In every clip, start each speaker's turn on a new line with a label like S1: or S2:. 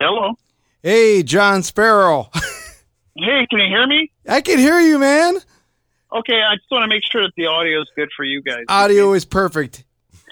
S1: Hello.
S2: Hey, John Sparrow.
S1: Hey, can you hear me?
S2: I can hear you, man.
S1: Okay, I just want to make sure that the audio is good for you guys.
S2: Audio is perfect.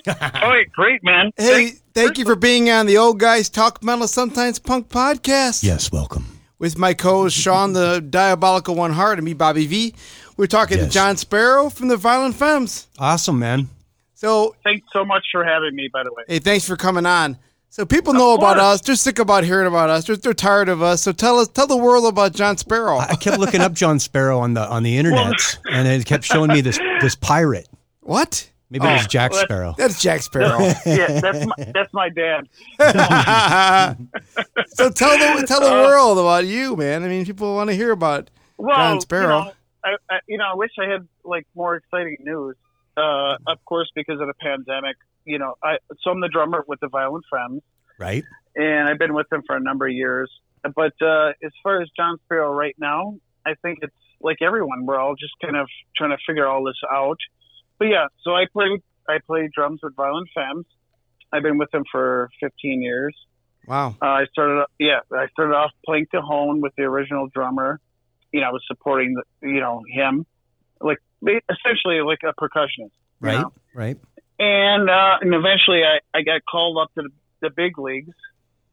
S1: All right, great, man.
S2: Uh, Hey, thank you for being on the Old Guys Talk Metal Sometimes Punk podcast.
S3: Yes, welcome.
S2: With my co host Sean, the Diabolical One Heart, and me, Bobby V. We're talking to
S3: Yes.
S2: John Sparrow from the Violent Femmes.
S4: Awesome, man.
S2: So,
S1: Thanks so much for having me, by the way.
S2: hey, thanks for coming on. So, people know about
S1: course.
S2: us. They're sick about hearing about us. They're, they're tired of us. So, tell us, tell the world about John Sparrow.
S4: I kept looking up John Sparrow on the on the internet, and it kept showing me this this pirate.
S2: what?
S4: Maybe it was Jack
S1: Oh, well,
S4: Sparrow.
S2: That's Jack Sparrow.
S1: yeah, that's my, that's my dad.
S2: so tell the tell
S1: Uh,
S2: the world about you, man. I mean, people want to hear about.
S1: Well,
S2: John Sparrow.
S1: You know, I, I, you know, I wish I had like more exciting news. Uh, of course, because of the pandemic, you know, I so I'm the drummer with the Violent Femmes,
S4: Right?
S1: and I've been with them for a number of years. But uh, as far as John Sparrow right now, I think it's like everyone. We're all just kind of trying to figure all this out. But yeah, so I play I play drums with Violent Femmes. I've been with them for 15 years.
S2: Wow.
S1: Uh, I started, yeah, I started off playing Cajon with the original drummer. You know, I was supporting, the, you know, him, like ba- essentially like a percussionist. you
S4: Right?
S1: know?
S4: Right?
S1: And uh, and eventually, I, I got called up to the, the big leagues,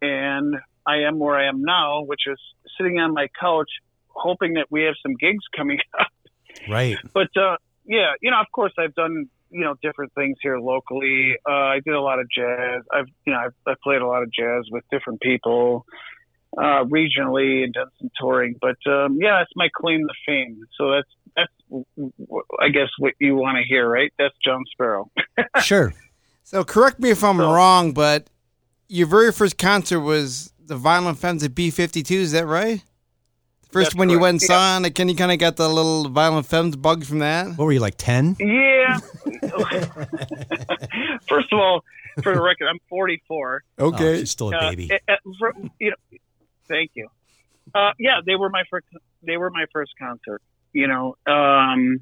S1: and I am where I am now, which is sitting on my couch, hoping that we have some gigs coming up.
S4: Right.
S1: But uh, yeah, you know, of course, I've done you know different things here locally. Uh, I did a lot of jazz. I've you know I've, I've played a lot of jazz with different people uh, regionally and done some touring. But um, yeah, that's my claim to fame. So that's that's w- w- I guess what you want to hear, right? That's John Sparrow.
S4: Sure.
S2: So correct me if I'm
S1: So-
S2: wrong, but your very first concert was the Violent Femmes at B52. Is that right? First
S1: That's
S2: one you
S1: correct,
S2: went and
S1: yeah.
S2: saw, and can you kind of got the little Violent Femmes bug from that?
S4: What were you like ten?
S1: Yeah. First of all, for the record, I'm 44.
S4: Oh, she's still a
S1: Uh,
S4: baby.
S1: eh, eh, for- you know, thank you. Uh, yeah, they were my first. They were my first concert. You know, um,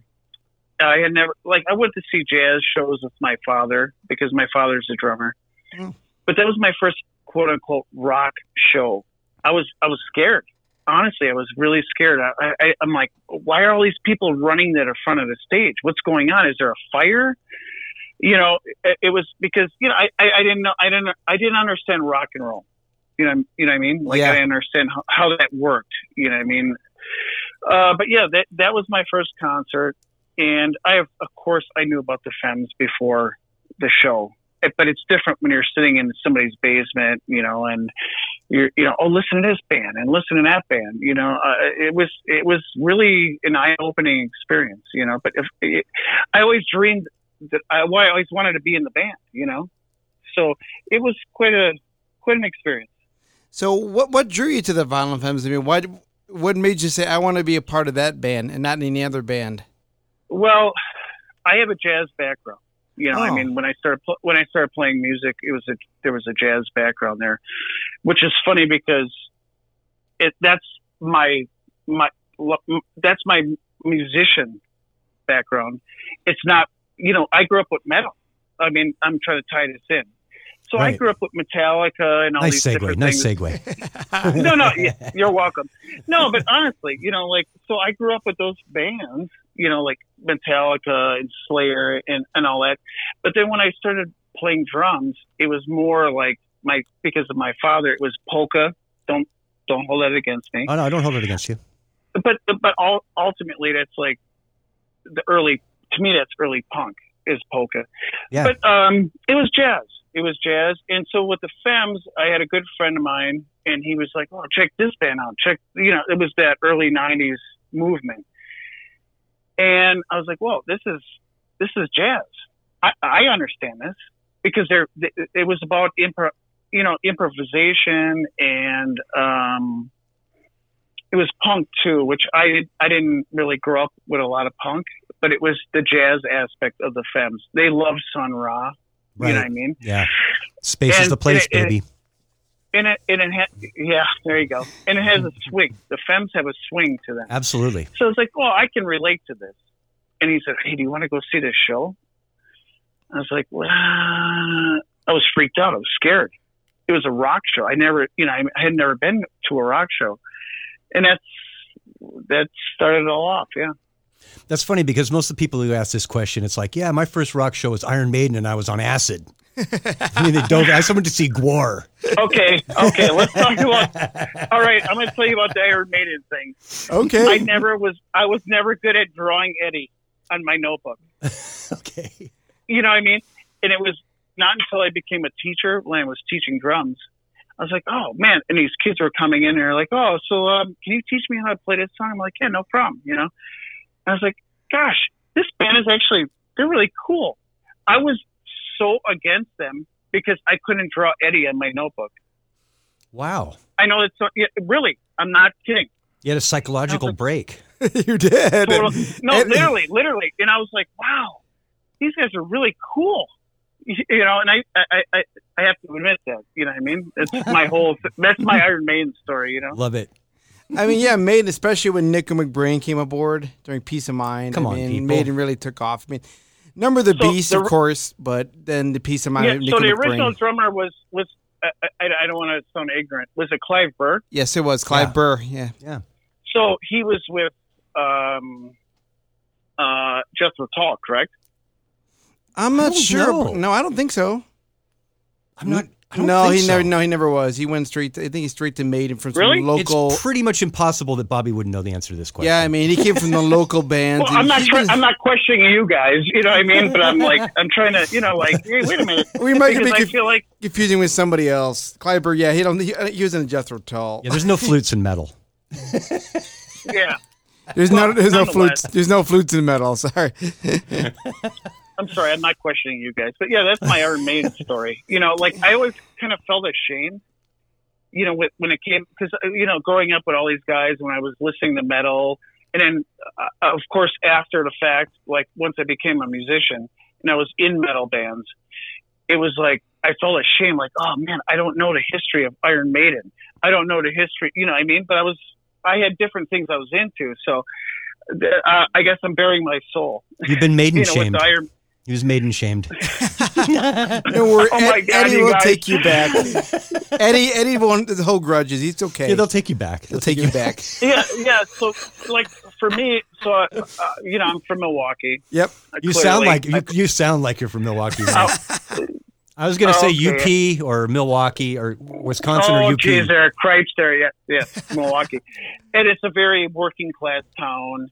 S1: I had never like I went to see jazz shows with my father because my father's a drummer.
S2: Hmm.
S1: But that was my first quote unquote rock show. I was I was scared. Honestly, I was really scared. I, I, I- I'm like, why are all these people running to the front of the stage? What's going on? Is there a fire? You know, it, it was because you know I, I, I didn't know I didn't I didn't understand rock and roll. You know, you know what I mean? Like
S2: Yeah.
S1: I understand how, how that worked. You know what I mean? Uh, but yeah, that that was my first concert, and I have, of course I knew about the Femmes before the show, It- but it's different when you're sitting in somebody's basement, you know, and you're you know oh listen to this band and listen to that band, you know. Uh, it was it was really an eye opening experience, you know. But if it, I always dreamed that I, why I always wanted to be in the band, you know, so it was quite a quite an experience.
S2: So what what drew you to the Violent Femmes? I mean, why? What made you say I want to be a part of that band and not any other band?
S1: Well, I have a jazz background. You know, I
S2: Oh.
S1: mean, when I started pl- when I started playing music, it was a there was a jazz background there, which is funny because it that's my my lo- m- that's my musician background. It's not you know I grew up with metal. I mean, I'm trying to tie this in. So I
S4: Right.
S1: grew up with Metallica and all
S4: Nice
S1: these
S4: segue.
S1: different
S4: Nice
S1: things
S4: segue.
S1: no, no, yeah, you're welcome. No, but honestly, you know, like, so I grew up with those bands, you know, like Metallica and Slayer and, and all that. But then when I started playing drums, it was more like my, because of my father, it was polka. Don't, don't hold that against me.
S4: Oh no, I don't hold it against you.
S1: But, but all, ultimately, that's like the early, to me, that's early punk is polka.
S4: Yeah.
S1: But um, it was jazz. It was jazz. And so with the Femmes, I had a good friend of mine, and he was like, "Oh, check this band out. Check, you know, it was that early '90s movement." And I was like, "Whoa, this is this is jazz. I, I understand this because there th- it was about impro, you know, improvisation and um." It was punk too, which I I didn't really grow up with a lot of punk but it was the jazz aspect of the Femmes. They love Sun Ra. You know what I
S4: Right.
S1: mean?
S4: Yeah. Space is
S1: And-
S4: the place,
S1: and it-
S4: baby.
S1: And it, and it ha- yeah, there you go. And it has a swing. The Femmes have a swing to them.
S4: Absolutely.
S1: So it's like, well, I can relate to this. And he said, hey, do you want to go see this show? I was like, well, I was freaked out. I was scared. it was a rock show. I never, you know, I had never been to a rock show, and that's that started it all off. Yeah.
S4: That's funny because most of the people who ask this question, it's like, yeah, my first rock show was Iron Maiden and I was on acid. I mean, they don't ask someone to see Gwar.
S1: Okay. Okay. Let's talk about. All right, I'm going to tell you about the Iron Maiden thing.
S2: Okay.
S1: I never was. I was never good at drawing Eddie on my notebook.
S4: Okay.
S1: You know what I mean? And it was not until I became a teacher when I was teaching drums. I was like, oh man! And these kids were coming in and they're like, oh, so um, can you teach me how to play this song? I'm like, yeah, no problem. You know. I was like, gosh, this band is actually they're really cool. I was so against them because I couldn't draw Eddie on my notebook.
S4: Wow.
S1: I know it's so, yeah, really. I'm not kidding.
S4: You had a psychological break.
S2: you did.
S1: Total, no,
S2: And-
S1: literally, literally. And I was like, wow, these guys are really cool. You know, and I, I, I, I have to admit that. You know what I mean? It's my whole. That's my Iron Maiden story. You know.
S4: Love it.
S2: I mean, yeah, Maiden, especially when Nick McBrain came aboard during Peace of Mind.
S4: Come
S2: I
S4: on,
S2: mean,
S4: people.
S2: Maiden really took off. I mean, Number of the
S1: So
S2: Beast,
S1: the-
S2: of course, but then the Peace of Mind.
S1: Yeah.
S2: of Nick
S1: So the
S2: McBrain.
S1: original drummer was was. I, I, I don't want to sound ignorant. Was it Clive Burr?
S2: Yes, it was Clive
S4: Yeah.
S2: Burr. Yeah.
S1: So he was with um, uh, Jethro Tull, correct?
S2: I'm
S4: I
S2: not
S4: don't
S2: sure.
S4: know.
S2: No, I don't think so.
S4: I'm not. I don't
S2: no,
S4: think
S2: he
S4: so.
S2: never. No, he never was. He went straight. To, I think he's straight to Maiden from some
S1: Really? It's
S2: local.
S4: It's pretty much impossible that Bobby wouldn't know the answer to this question.
S2: yeah, I mean, he came from the local bands.
S1: Well, I'm
S2: and
S1: not.
S2: he
S1: Tra-
S2: was-
S1: I'm not questioning you guys. You know what I mean? But I'm like, I'm trying to. You know, like, hey, wait a minute.
S2: We might be
S1: because I
S2: conf-
S1: feel like
S2: confusing with somebody else. Clive Burr. Yeah, he don't. He, he was in a Jethro Tull.
S4: Yeah, there's no flutes in metal.
S1: yeah.
S2: There's no. There's no flutes.
S1: nonetheless.
S2: There's no flutes in metal. Sorry.
S1: I'm sorry, I'm not questioning you guys, but yeah, that's my Iron Maiden story. You know, like I always kind of felt ashamed, you know, with- when it came because you know, growing up with all these guys, when I was listening to metal, and then uh, of course after the fact, like once I became a musician and I was in metal bands, it was like I felt ashamed, like oh man, I don't know the history of Iron Maiden, I don't know the history, you know, what I mean, but I was I had different things I was into, so th- uh, I guess I'm burying my soul,
S4: You've been maiden
S1: you know, with
S4: shamed.
S1: the Iron.
S4: He was maiden shamed.
S2: Don't worry.
S1: Oh my
S2: Ed-
S1: God,
S2: Eddie
S1: you
S2: will
S1: guys.
S2: take you back. Eddie. Eddie won't hold grudges. He's okay.
S4: Yeah, they'll
S2: they'll,
S4: take you back. They'll
S2: take you back.
S1: yeah, yeah. So, like for me, so uh, you know, I'm from Milwaukee.
S2: yep.
S4: You
S1: clearly.
S4: sound like you, you sound like you're from Milwaukee. man. I was going to
S1: Oh,
S4: say
S1: okay.
S4: UP or Milwaukee or Wisconsin or
S1: oh,
S4: UP.
S1: geez, there are cripes there. Yeah, yeah, Milwaukee, and it's a very working class town,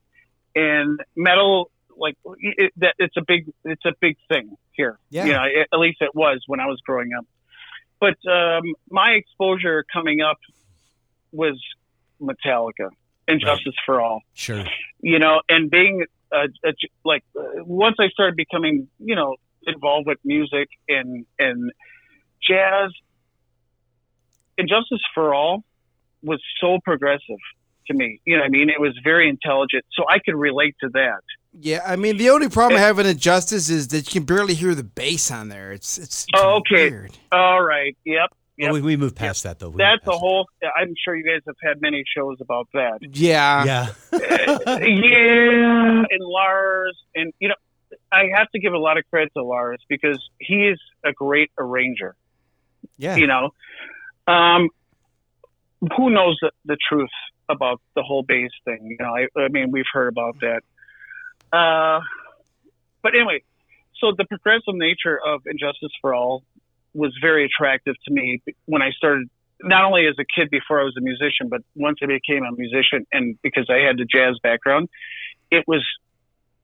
S1: and metal like it, that. It's a big, it's a big thing here.
S2: Yeah.
S1: you know, it, at least it was when I was growing up. But um, my exposure coming up was Metallica and
S4: Right.
S1: Justice for All.
S4: Sure.
S1: you know, and being uh, a, like uh, once I started becoming, you know, involved with music and and jazz, and Justice for All was so progressive to me. You know, what I mean, it was very intelligent, so I could relate to that.
S2: Yeah, I mean the only problem I have with Injustice is that you can barely hear the bass on there. It's it's
S1: Oh, okay.
S2: weird.
S1: All right, yep,
S4: Well, we, we moved past that though. We
S1: that's
S4: moved
S1: a
S4: past
S1: whole. I'm sure you guys have had many shows about that.
S2: Yeah.
S4: that. Yeah.
S1: yeah, and Lars, and you know, I have to give a lot of credit to Lars because he is a great arranger.
S4: Yeah.
S1: you know um who knows the, the truth about the whole base thing you know I, I mean we've heard about that uh but anyway so the progressive nature of injustice for all was very attractive to me when i started not only as a kid before i was a musician but once i became a musician and because i had the jazz background it was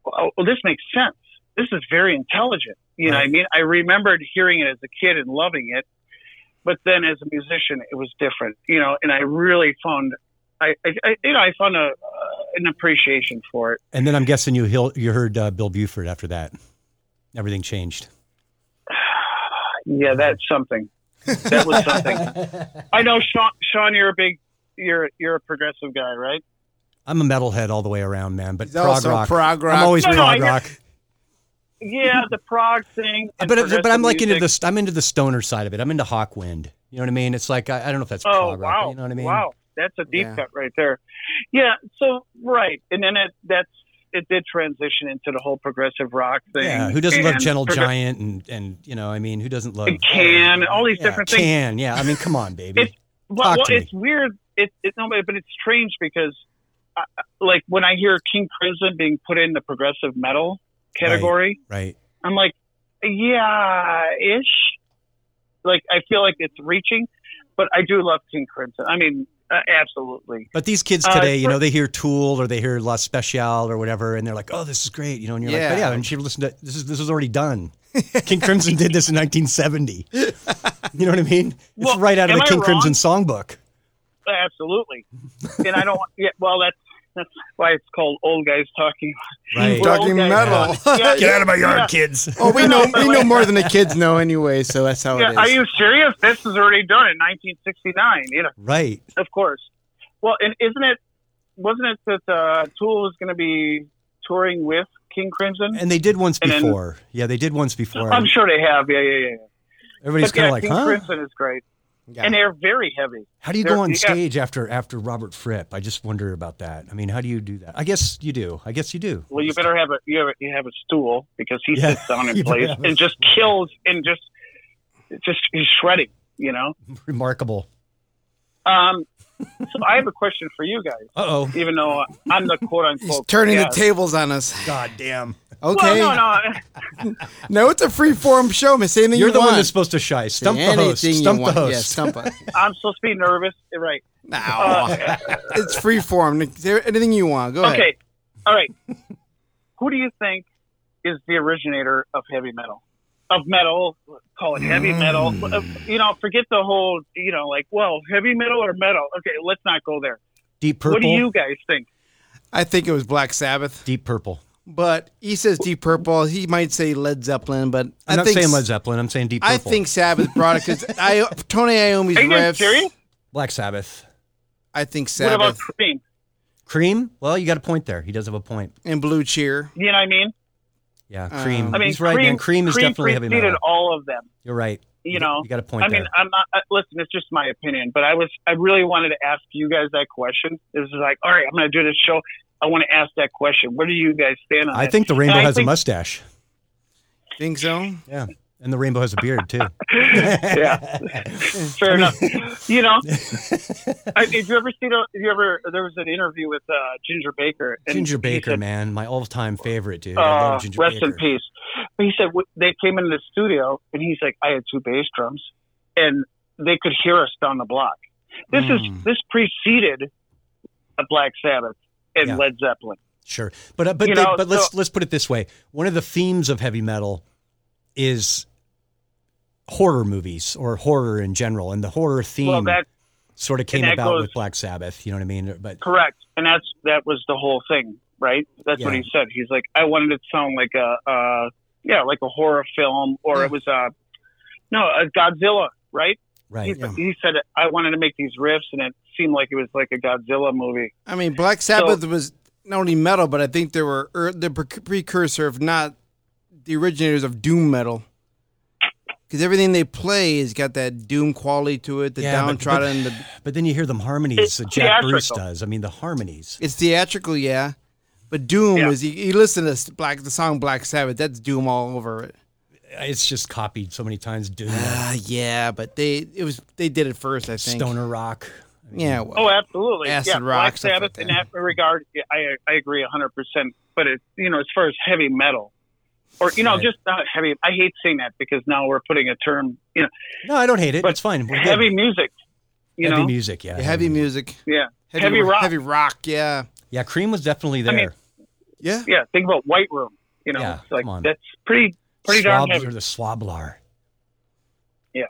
S1: oh, well, this makes sense this is very intelligent you know what i mean i remembered hearing it as a kid and loving it but then as a musician it was different you know and i really found i, I, I you know i found a uh, an appreciation for it
S4: And then I'm guessing you heal- you heard uh, Bill Buford after that. Everything changed.
S1: yeah that's something that was something i know sean sean you're a big you're you're a progressive guy right
S4: I'm a metalhead all the way around, man. But
S2: He's
S4: prog
S2: also
S4: rock.
S2: prog rock.
S4: I'm always
S1: No, no, I
S4: prog
S1: hear-
S4: rock.
S1: yeah the prog thing and
S4: But but I'm
S1: progressive
S4: like into
S1: music.
S4: the I'm into the stoner side of it. I'm into Hawkwind. You know what I mean? It's like I, I don't know if that's
S1: oh
S4: prog rock.
S1: wow
S4: but You know what I mean?
S1: wow that's a deep
S2: Yeah.
S1: cut right there yeah so right and then it, that's it did transition into the whole progressive rock thing.
S4: Yeah, who doesn't love
S1: and
S4: Gentle
S1: progr-
S4: Giant and and you know, I mean, who doesn't love
S1: And Can, all these
S4: Yeah,
S1: different things.
S4: Can, yeah. I mean, come on, baby.
S1: It's- Well,
S4: Talk
S1: well
S4: to me.
S1: it's weird. It, it, no, but it's strange because, uh, like, when I hear King Crimson being put in the progressive metal category,
S4: right.
S1: I'm like, yeah, ish. Like, I feel like it's reaching, but I do love King Crimson. I mean, uh, absolutely.
S4: But these kids
S1: Uh,
S4: today, you
S1: for-
S4: know, they hear Tool or they hear La Speciale or whatever, and they're like, "Oh, this is great," you know. And you're
S2: Yeah.
S4: like, "But yeah, and she listened to this is this was already done." King Crimson did this in 1970. you know what I mean? It's
S1: Well,
S4: right out of
S1: am
S4: the
S1: I
S4: King
S1: wrong?
S4: Crimson songbook.
S1: Absolutely. and I don't, yeah, well, that's, that's why it's called Old Guys Talking.
S4: Right.
S1: Well,
S2: Talking
S1: okay,
S2: metal.
S1: yeah, yeah,
S4: Get out of my yard,
S1: yeah.
S4: kids.
S2: Oh, we know we know more than the kids know anyway, so that's how
S1: Yeah,
S2: it is.
S1: are you serious? This was already done in 1969. You know,
S4: Right.
S1: Of course. Well, and isn't it? Wasn't it that uh, Tool was going to be touring with King Crimson?
S4: And they did once
S1: And then-
S4: before. yeah, they did once before.
S1: I'm sure they have. Yeah, yeah, yeah.
S4: Everybody's
S1: But yeah,
S4: kind of
S1: King
S4: like, huh?
S1: Crimson is great,
S2: Yeah.
S1: and they're very heavy.
S4: How do you
S1: They're-
S4: go on
S1: yeah.
S4: stage after after Robert Fripp? I just wonder about that. I mean, how do you do that? I guess you do. I guess you do.
S1: Well, you better have a you have a, you have a stool because he
S4: Yeah.
S1: sits down
S4: You
S1: in
S4: better
S1: place
S4: have a
S1: and just kills and just just he's shredding. You know.
S4: Remarkable.
S1: Um, so I have a question for you guys,
S4: Uh oh.
S1: even though I'm the quote
S2: He's
S1: unquote
S2: turning the tables on us.
S4: God damn.
S2: Okay.
S1: Well, no, no.
S2: no. it's a free form show, Miss. Anything
S4: You're
S2: you
S4: the
S2: want.
S4: one that's supposed to shy. Stump
S2: Anything
S4: the host.
S2: you
S4: Stump the
S2: want.
S4: host.
S2: Yeah, stump us.
S1: I'm supposed to be nervous, right?
S2: No,
S1: Uh,
S2: it's free form. Anything you want. Go ahead.
S1: Okay. All right. Who do you think is the originator of heavy metal? Of metal, call it heavy metal.
S4: Mm.
S1: Uh, You know, forget the whole, you know, like, well, heavy metal or metal. Okay, let's not go there.
S4: Deep purple.
S1: What do you guys think?
S2: I think it was Black Sabbath,
S4: Deep purple.
S2: but he says Deep Purple. He might say Led Zeppelin, but
S4: I'm not
S2: think
S4: saying Led Zeppelin. I'm saying Deep Purple.
S2: I think Sabbath brought it because I Tony Iommi's
S1: Are you guys
S2: riffs.
S1: serious?
S4: Black Sabbath.
S2: I think
S1: What about
S2: Sabbath
S1: Cream?
S4: Cream. Well, you got a point there. He does have a point.
S2: and Blue Cheer.
S1: You know what I mean?
S4: Yeah,
S2: Um,
S4: cream.
S1: I mean,
S4: He's right,
S1: Cream,
S4: man. Cream is definitely heavy
S1: preceded
S4: metal.
S1: all of them.
S4: You're right.
S1: You know,
S4: you got a point
S1: I mean,
S4: there.
S1: I'm not. Uh, listen, it's just my opinion, but I was. I really wanted to ask you guys that question. This is like, all right, I'm going to do this show. I want to ask that question. Where do you guys stand on
S4: I
S1: that?
S4: think the rainbow
S1: uh, I
S4: has a
S1: think-
S4: mustache.
S2: Think so?
S4: Yeah, and the rainbow has a beard too.
S1: yeah, fair enough. You know, I, did you ever see? The, did you ever? There was an interview with uh, Ginger Baker. and
S4: Ginger
S1: he
S4: Baker,
S1: said,
S4: man, my all-time favorite dude. I
S1: Uh,
S4: love Ginger
S1: rest
S4: Baker.
S1: in peace. But he said w- they came into the studio, and he's like, "I had two bass drums, and they could hear us down the block." This
S4: Mm.
S1: is this preceded a Black Sabbath and
S4: Yeah.
S1: Led Zeppelin.
S4: Sure, but uh, but
S1: You
S4: they-
S1: know,
S4: but let's
S1: so-
S4: let's put it this way: one of the themes of heavy metal is horror movies or horror in general, and the horror theme
S1: Well, that
S4: sort of came
S1: that
S4: about
S1: goes-
S4: with Black Sabbath. You know what I mean? But
S1: correct, and that's that was the whole thing, right? That's what
S4: Yeah.
S1: he said. He's like, "I wanted it to sound like a, uh, yeah, like a horror film, or
S4: Hmm.
S1: it was a, no, a Godzilla, right?"
S4: right,
S1: he, he said, "I wanted to make these riffs, and it seemed like it was like a Godzilla movie."
S2: I mean, Black Sabbath was not only metal, but I think they were er, the pre- precursor, if not the originators of doom metal. Because everything they play has got that doom quality to it, the
S4: Yeah, but- but-
S2: downtrodden, the
S4: but then you hear the harmonies
S1: It's
S4: that Jack Bruce
S1: theatrical.
S4: does. I mean, the harmonies.
S2: It's theatrical, yeah. But Doom
S1: Yeah.
S2: was you, you listen to s- Black the song Black Sabbath, that's Doom all over it.
S4: It's just copied so many times. Dude,
S2: Ah, yeah, but they it was they did it first, I think.
S4: stoner rock. I mean,
S2: Yeah, well,
S1: Oh, absolutely.
S2: Acid
S1: yeah,
S2: Rock,
S1: Black
S2: stuff like
S1: Sabbath in
S2: that.
S1: that regard, yeah, I I agree hundred percent. But it, you know, as far as heavy metal, or you know,
S4: Right.
S1: just not heavy. I hate saying that because now we're putting a term, you know,
S4: No, I don't hate it.
S1: But
S4: it's fine. We're good.
S1: heavy music. You
S4: Heavy
S1: know,
S4: music, yeah.
S2: yeah, heavy music,
S1: yeah,
S2: heavy,
S1: Heavy rock.
S2: heavy rock, yeah,
S4: Yeah, Cream was definitely there.
S1: I mean,
S2: yeah.
S1: yeah. Think about White Room. You know,
S4: Yeah,
S1: it's like
S4: come on.
S1: that's pretty pretty darn
S4: Swabs
S1: heavy.
S4: or the Swablar.
S1: Yeah.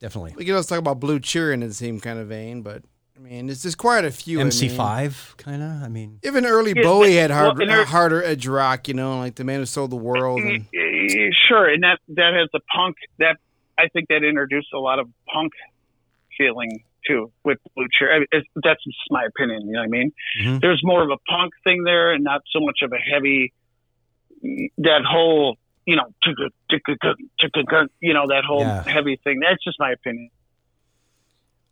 S4: Definitely.
S2: We can also talk about Blue Cheer in the same kind of vein, but I mean, it's just quite a few. I mean.
S4: MC5, kind of. I mean,
S2: even early
S1: Yeah,
S2: Bowie
S1: but-
S2: had hard,
S1: well, and there-
S2: harder edge rock, you know, like the man who sold the world. And,
S1: Eh, Sure, and that that has the punk that I think that introduced a lot of punk feeling too with Blue Cheer. I mean, it's, that's just my opinion. You know what I mean?
S4: Mhm.
S1: There's more of a punk thing there, and not so much of a heavy. That whole you know tick-a, tick-a-gun, tick-a-gun, you know that whole
S4: Yeah.
S1: heavy thing. That's just my opinion.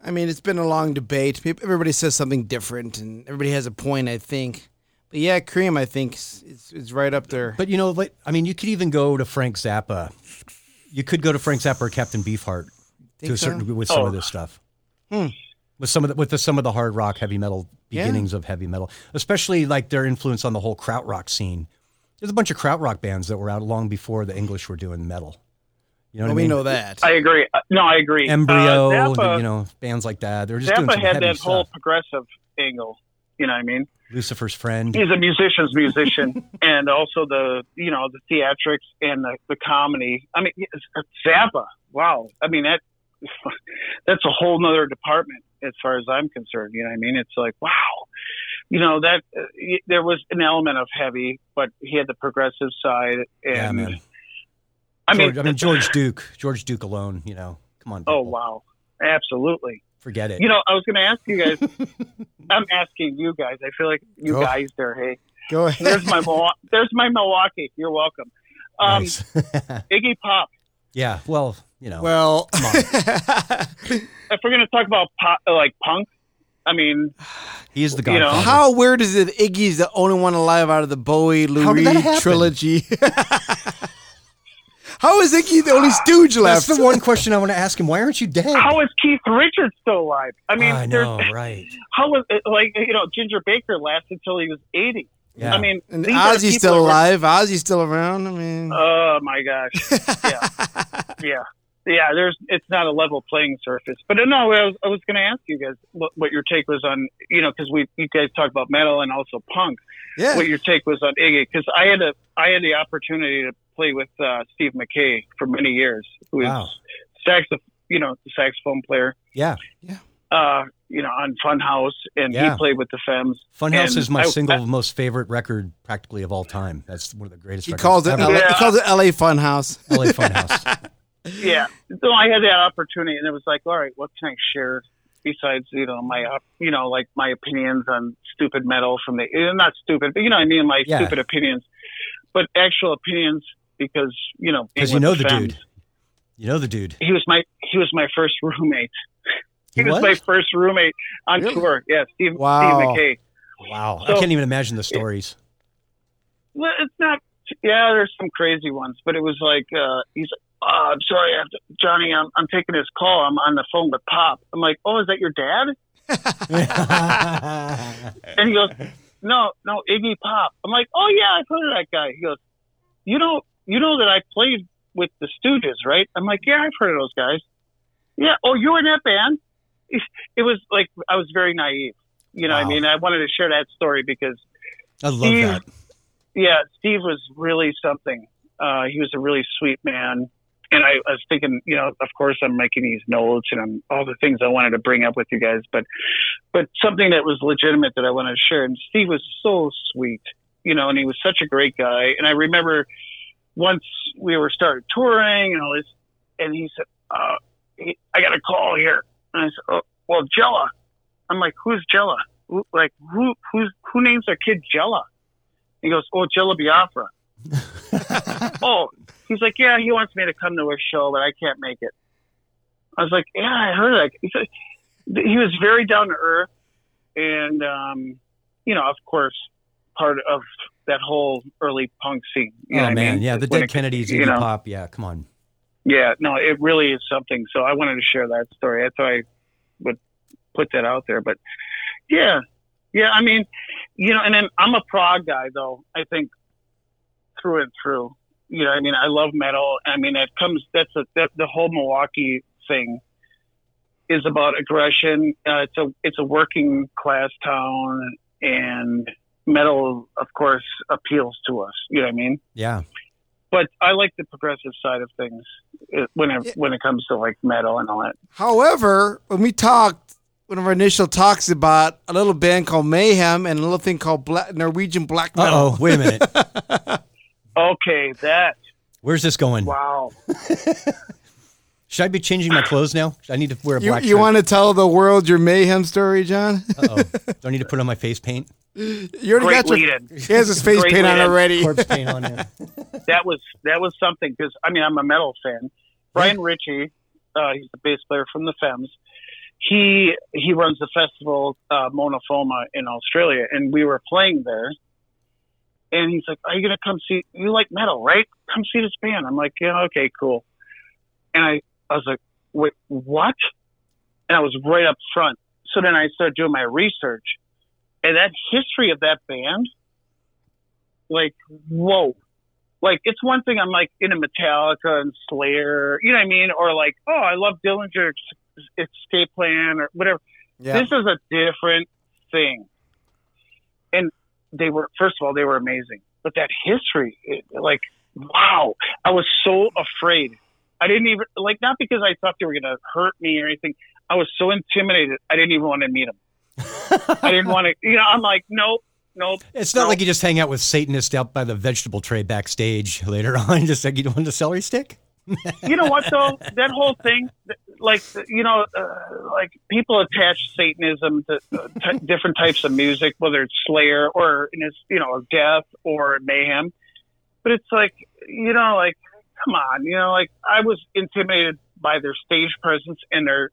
S2: I mean, it's been a long debate. Peop- Everybody says something different, and everybody has a point, I think. But yeah, Cream, I think is, is, is right up there.
S4: But you know, like I mean, you could even go to Frank Zappa. You could go to Frank Zappa or Captain Beefheart
S2: Think
S4: to a
S2: so?
S4: certain degree with some
S1: Oh.
S4: of this stuff.
S2: Hmm.
S4: With some of the, with the, some of the hard rock, heavy metal
S2: Yeah.
S4: beginnings of heavy metal, especially like their influence on the whole krautrock scene. There's a bunch of krautrock bands that were out long before the English were doing metal. You know
S2: Well,
S4: what I
S2: we
S4: mean?
S2: know that.
S1: I agree. Uh, No, I agree. Uh,
S4: Embryo,
S1: Zappa-
S4: you know, bands like that. They're just doing
S1: Zappa
S4: some
S1: had
S4: heavy
S1: that
S4: stuff.
S1: whole progressive angle. You know what I mean?
S4: Lucifer's friend.
S1: He's a musician's musician, and also the you know the theatrics and the, the comedy. I mean, it's- Zappa. Wow. I mean that that's a whole nother department as far as I'm concerned. You know what I mean? It's like wow. You know that uh, y- there was an element of heavy, but he had the progressive side. And
S4: yeah, man.
S1: I mean,
S4: George, I mean George Duke. George Duke alone. You know, come on.
S1: oh
S4: people.
S1: wow, absolutely.
S4: Forget it.
S1: You know, I was going to ask you guys. I'm asking you guys. I feel like you
S4: Oh.
S2: Go.
S1: guys there. Hey,
S2: Go ahead.
S1: there's my Mil- there's my Milwaukee. You're welcome. Um,
S4: Nice.
S1: Iggy Pop.
S4: yeah. Well, you know.
S2: Well,
S1: If we're going to talk about pop, like punk, I mean,
S4: He is the
S1: You know.
S4: godfather.
S2: how weird is it? Iggy's the only one alive out of the Bowie
S4: How did that
S2: Louis
S4: happen?
S2: trilogy. How is Iggy the only stooge left?
S4: That's the one question I want to ask him. Why aren't you dead?
S1: how is Keith Richards still alive? I mean,
S4: I
S1: there's
S4: know, right?
S1: how is it, like you know Ginger Baker lasted until he was 80.
S4: Yeah.
S1: I mean,
S2: And
S1: these are
S2: Ozzy's
S1: people
S2: still
S1: that were-
S2: alive. Ozzy's still around. I mean,
S1: Oh my gosh. Yeah. yeah. Yeah, there's it's not a level playing surface. But uh, no, I was, I was going to ask you guys what, what your take was on, you know, cuz we you guys talked about metal and also punk.
S2: yeah.
S1: What your take was on Iggy cuz I had a I had the opportunity to play with uh, Steve McKay for many years, who is
S4: Wow.
S1: sax, you know, the saxophone player.
S4: Yeah.
S1: Uh, you know, on Funhouse, and
S4: Yeah.
S1: he played with the Femmes.
S4: Funhouse
S1: And
S4: is my
S1: I-
S4: single most favorite record practically of all time. That's one of the greatest.
S2: He
S4: records
S2: calls it.
S4: ever.
S2: LA, He
S1: Yeah.
S2: calls it L.A. Funhouse.
S4: LA Funhouse.
S1: yeah. So I had that opportunity, and it was like, all right, what can I share besides you know my op- you know like my opinions on stupid metal from the eh, not stupid, but you know what I mean, my
S4: Yeah.
S1: stupid opinions, but actual opinions because you know being
S4: Because you
S1: with
S4: know the
S1: Femmes,
S4: dude. You know the dude.
S1: He was my he was my first roommate. He,
S4: He
S1: was
S4: was?
S1: my first roommate on
S2: Really?
S1: tour. Yeah, Steve,
S2: Wow.
S1: Steve McKay.
S4: Wow. I
S1: So-
S4: can't even imagine the stories.
S1: Well, it's not. Yeah, there's some crazy ones, but it was like uh, he's. Oh, I'm sorry, I have to, Johnny. I'm, I'm taking his call. I'm on the phone with Pop. I'm like, oh, is that your dad? And he goes, "No, no, Iggy Pop." I'm like, "Oh yeah, I've heard of that guy." He goes, "You know, you know that I played with the Stooges, right?" I'm like, "Yeah, I've heard of those guys." Yeah. Oh, you were in that band? It was like I was very naive. You know, what I
S4: Wow.
S1: mean, I wanted to share that story because
S4: I love
S1: Steve-
S4: that.
S1: yeah, Steve was really something. Uh, he was a really sweet man. And I, I was thinking, you know, of course, I'm making these notes and I'm all the things I wanted to bring up with you guys, but but something that was legitimate that I wanted to share. And Steve was so sweet, you know, and he was such a great guy. And I remember once we were started touring and all this, and he said, uh, he, "I got a call here," and I said, oh, "Well, Jella." I'm like, "Who's Jella? Who, like, who who's who names their kid Jella?" He goes, "Oh, Jella Biafra." oh, he's like, "Yeah, he wants me to come to a show, but I can't make it." I was like, "Yeah, I heard that." He said he was very down to earth, and um, you know, of course, part of that whole early punk scene. You know what
S4: oh
S1: I
S4: man,
S1: mean?
S4: yeah, the
S1: When
S4: Dead
S1: it-
S4: Kennedys,
S1: you
S4: Iggy
S1: know.
S4: Pop. Yeah, come on.
S1: yeah, no, it really is something. So I wanted to share that story. That's why I would put that out there. But yeah, yeah, I mean, you know, and then I'm a prog guy though. I think through and through. You know, I mean, I love metal. I mean, that comes. That's a, that, the whole Milwaukee thing is about aggression. Uh, it's a it's a working class town, and metal, of course, appeals to us. You know what I mean?
S4: Yeah.
S1: but I like the progressive side of things uh, when it
S2: Yeah.
S1: when it comes to like metal and all that.
S2: However, when we talked, one of our initial talks about a little band called Mayhem and a little thing called Black, Norwegian Black
S4: Uh
S2: Metal.
S4: oh. Wait a minute.
S1: Okay, that
S4: Where's this going?
S1: wow.
S4: Should I be changing my clothes now? I need to wear a
S2: You,
S4: black
S2: you
S4: shirt.
S2: want to tell the world your Mayhem story, John?
S4: Uh-oh. Do I need to put on my face paint?
S2: You already
S1: Great
S2: got your.
S1: lead-in.
S2: He has his face
S1: Great
S2: paint on
S1: lead-in.
S2: already.
S4: Corpse paint on him.
S1: That was that was something because I mean I'm a metal fan. Brian Ritchie, uh, he's the bass player from the Femmes. He he runs the festival uh, Monofoma in Australia, and we were playing there, And he's like, "Are you gonna come see? You like metal, right? Come see this band." I'm like, "Yeah, okay, cool." And I, I was like, "Wait, what?" And I was right up front. So then I started doing my research, and that history of that band, like, whoa. Like it's one thing I'm like into Metallica and Slayer, you know what I mean, or like oh I love Dillinger Escape Plan or whatever.
S2: Yeah.
S1: This is a different thing. And they were, first of all, they were amazing. But that history, it, like, wow. I was so afraid. I didn't even, like, not because I thought they were going to hurt me or anything. I was so intimidated. I didn't even want to meet them. I didn't want to, you know, I'm like, nope, nope.
S4: It's not
S1: nope.
S4: like you just hang out with Satanists out by the vegetable tray backstage later on. Just like you want a celery stick.
S1: you know what though that whole thing th- like you know uh, like people attach satanism to uh, t- different types of music whether it's slayer or in his, you know or death or mayhem but it's like you know like come on you know like i was intimidated by their stage presence and their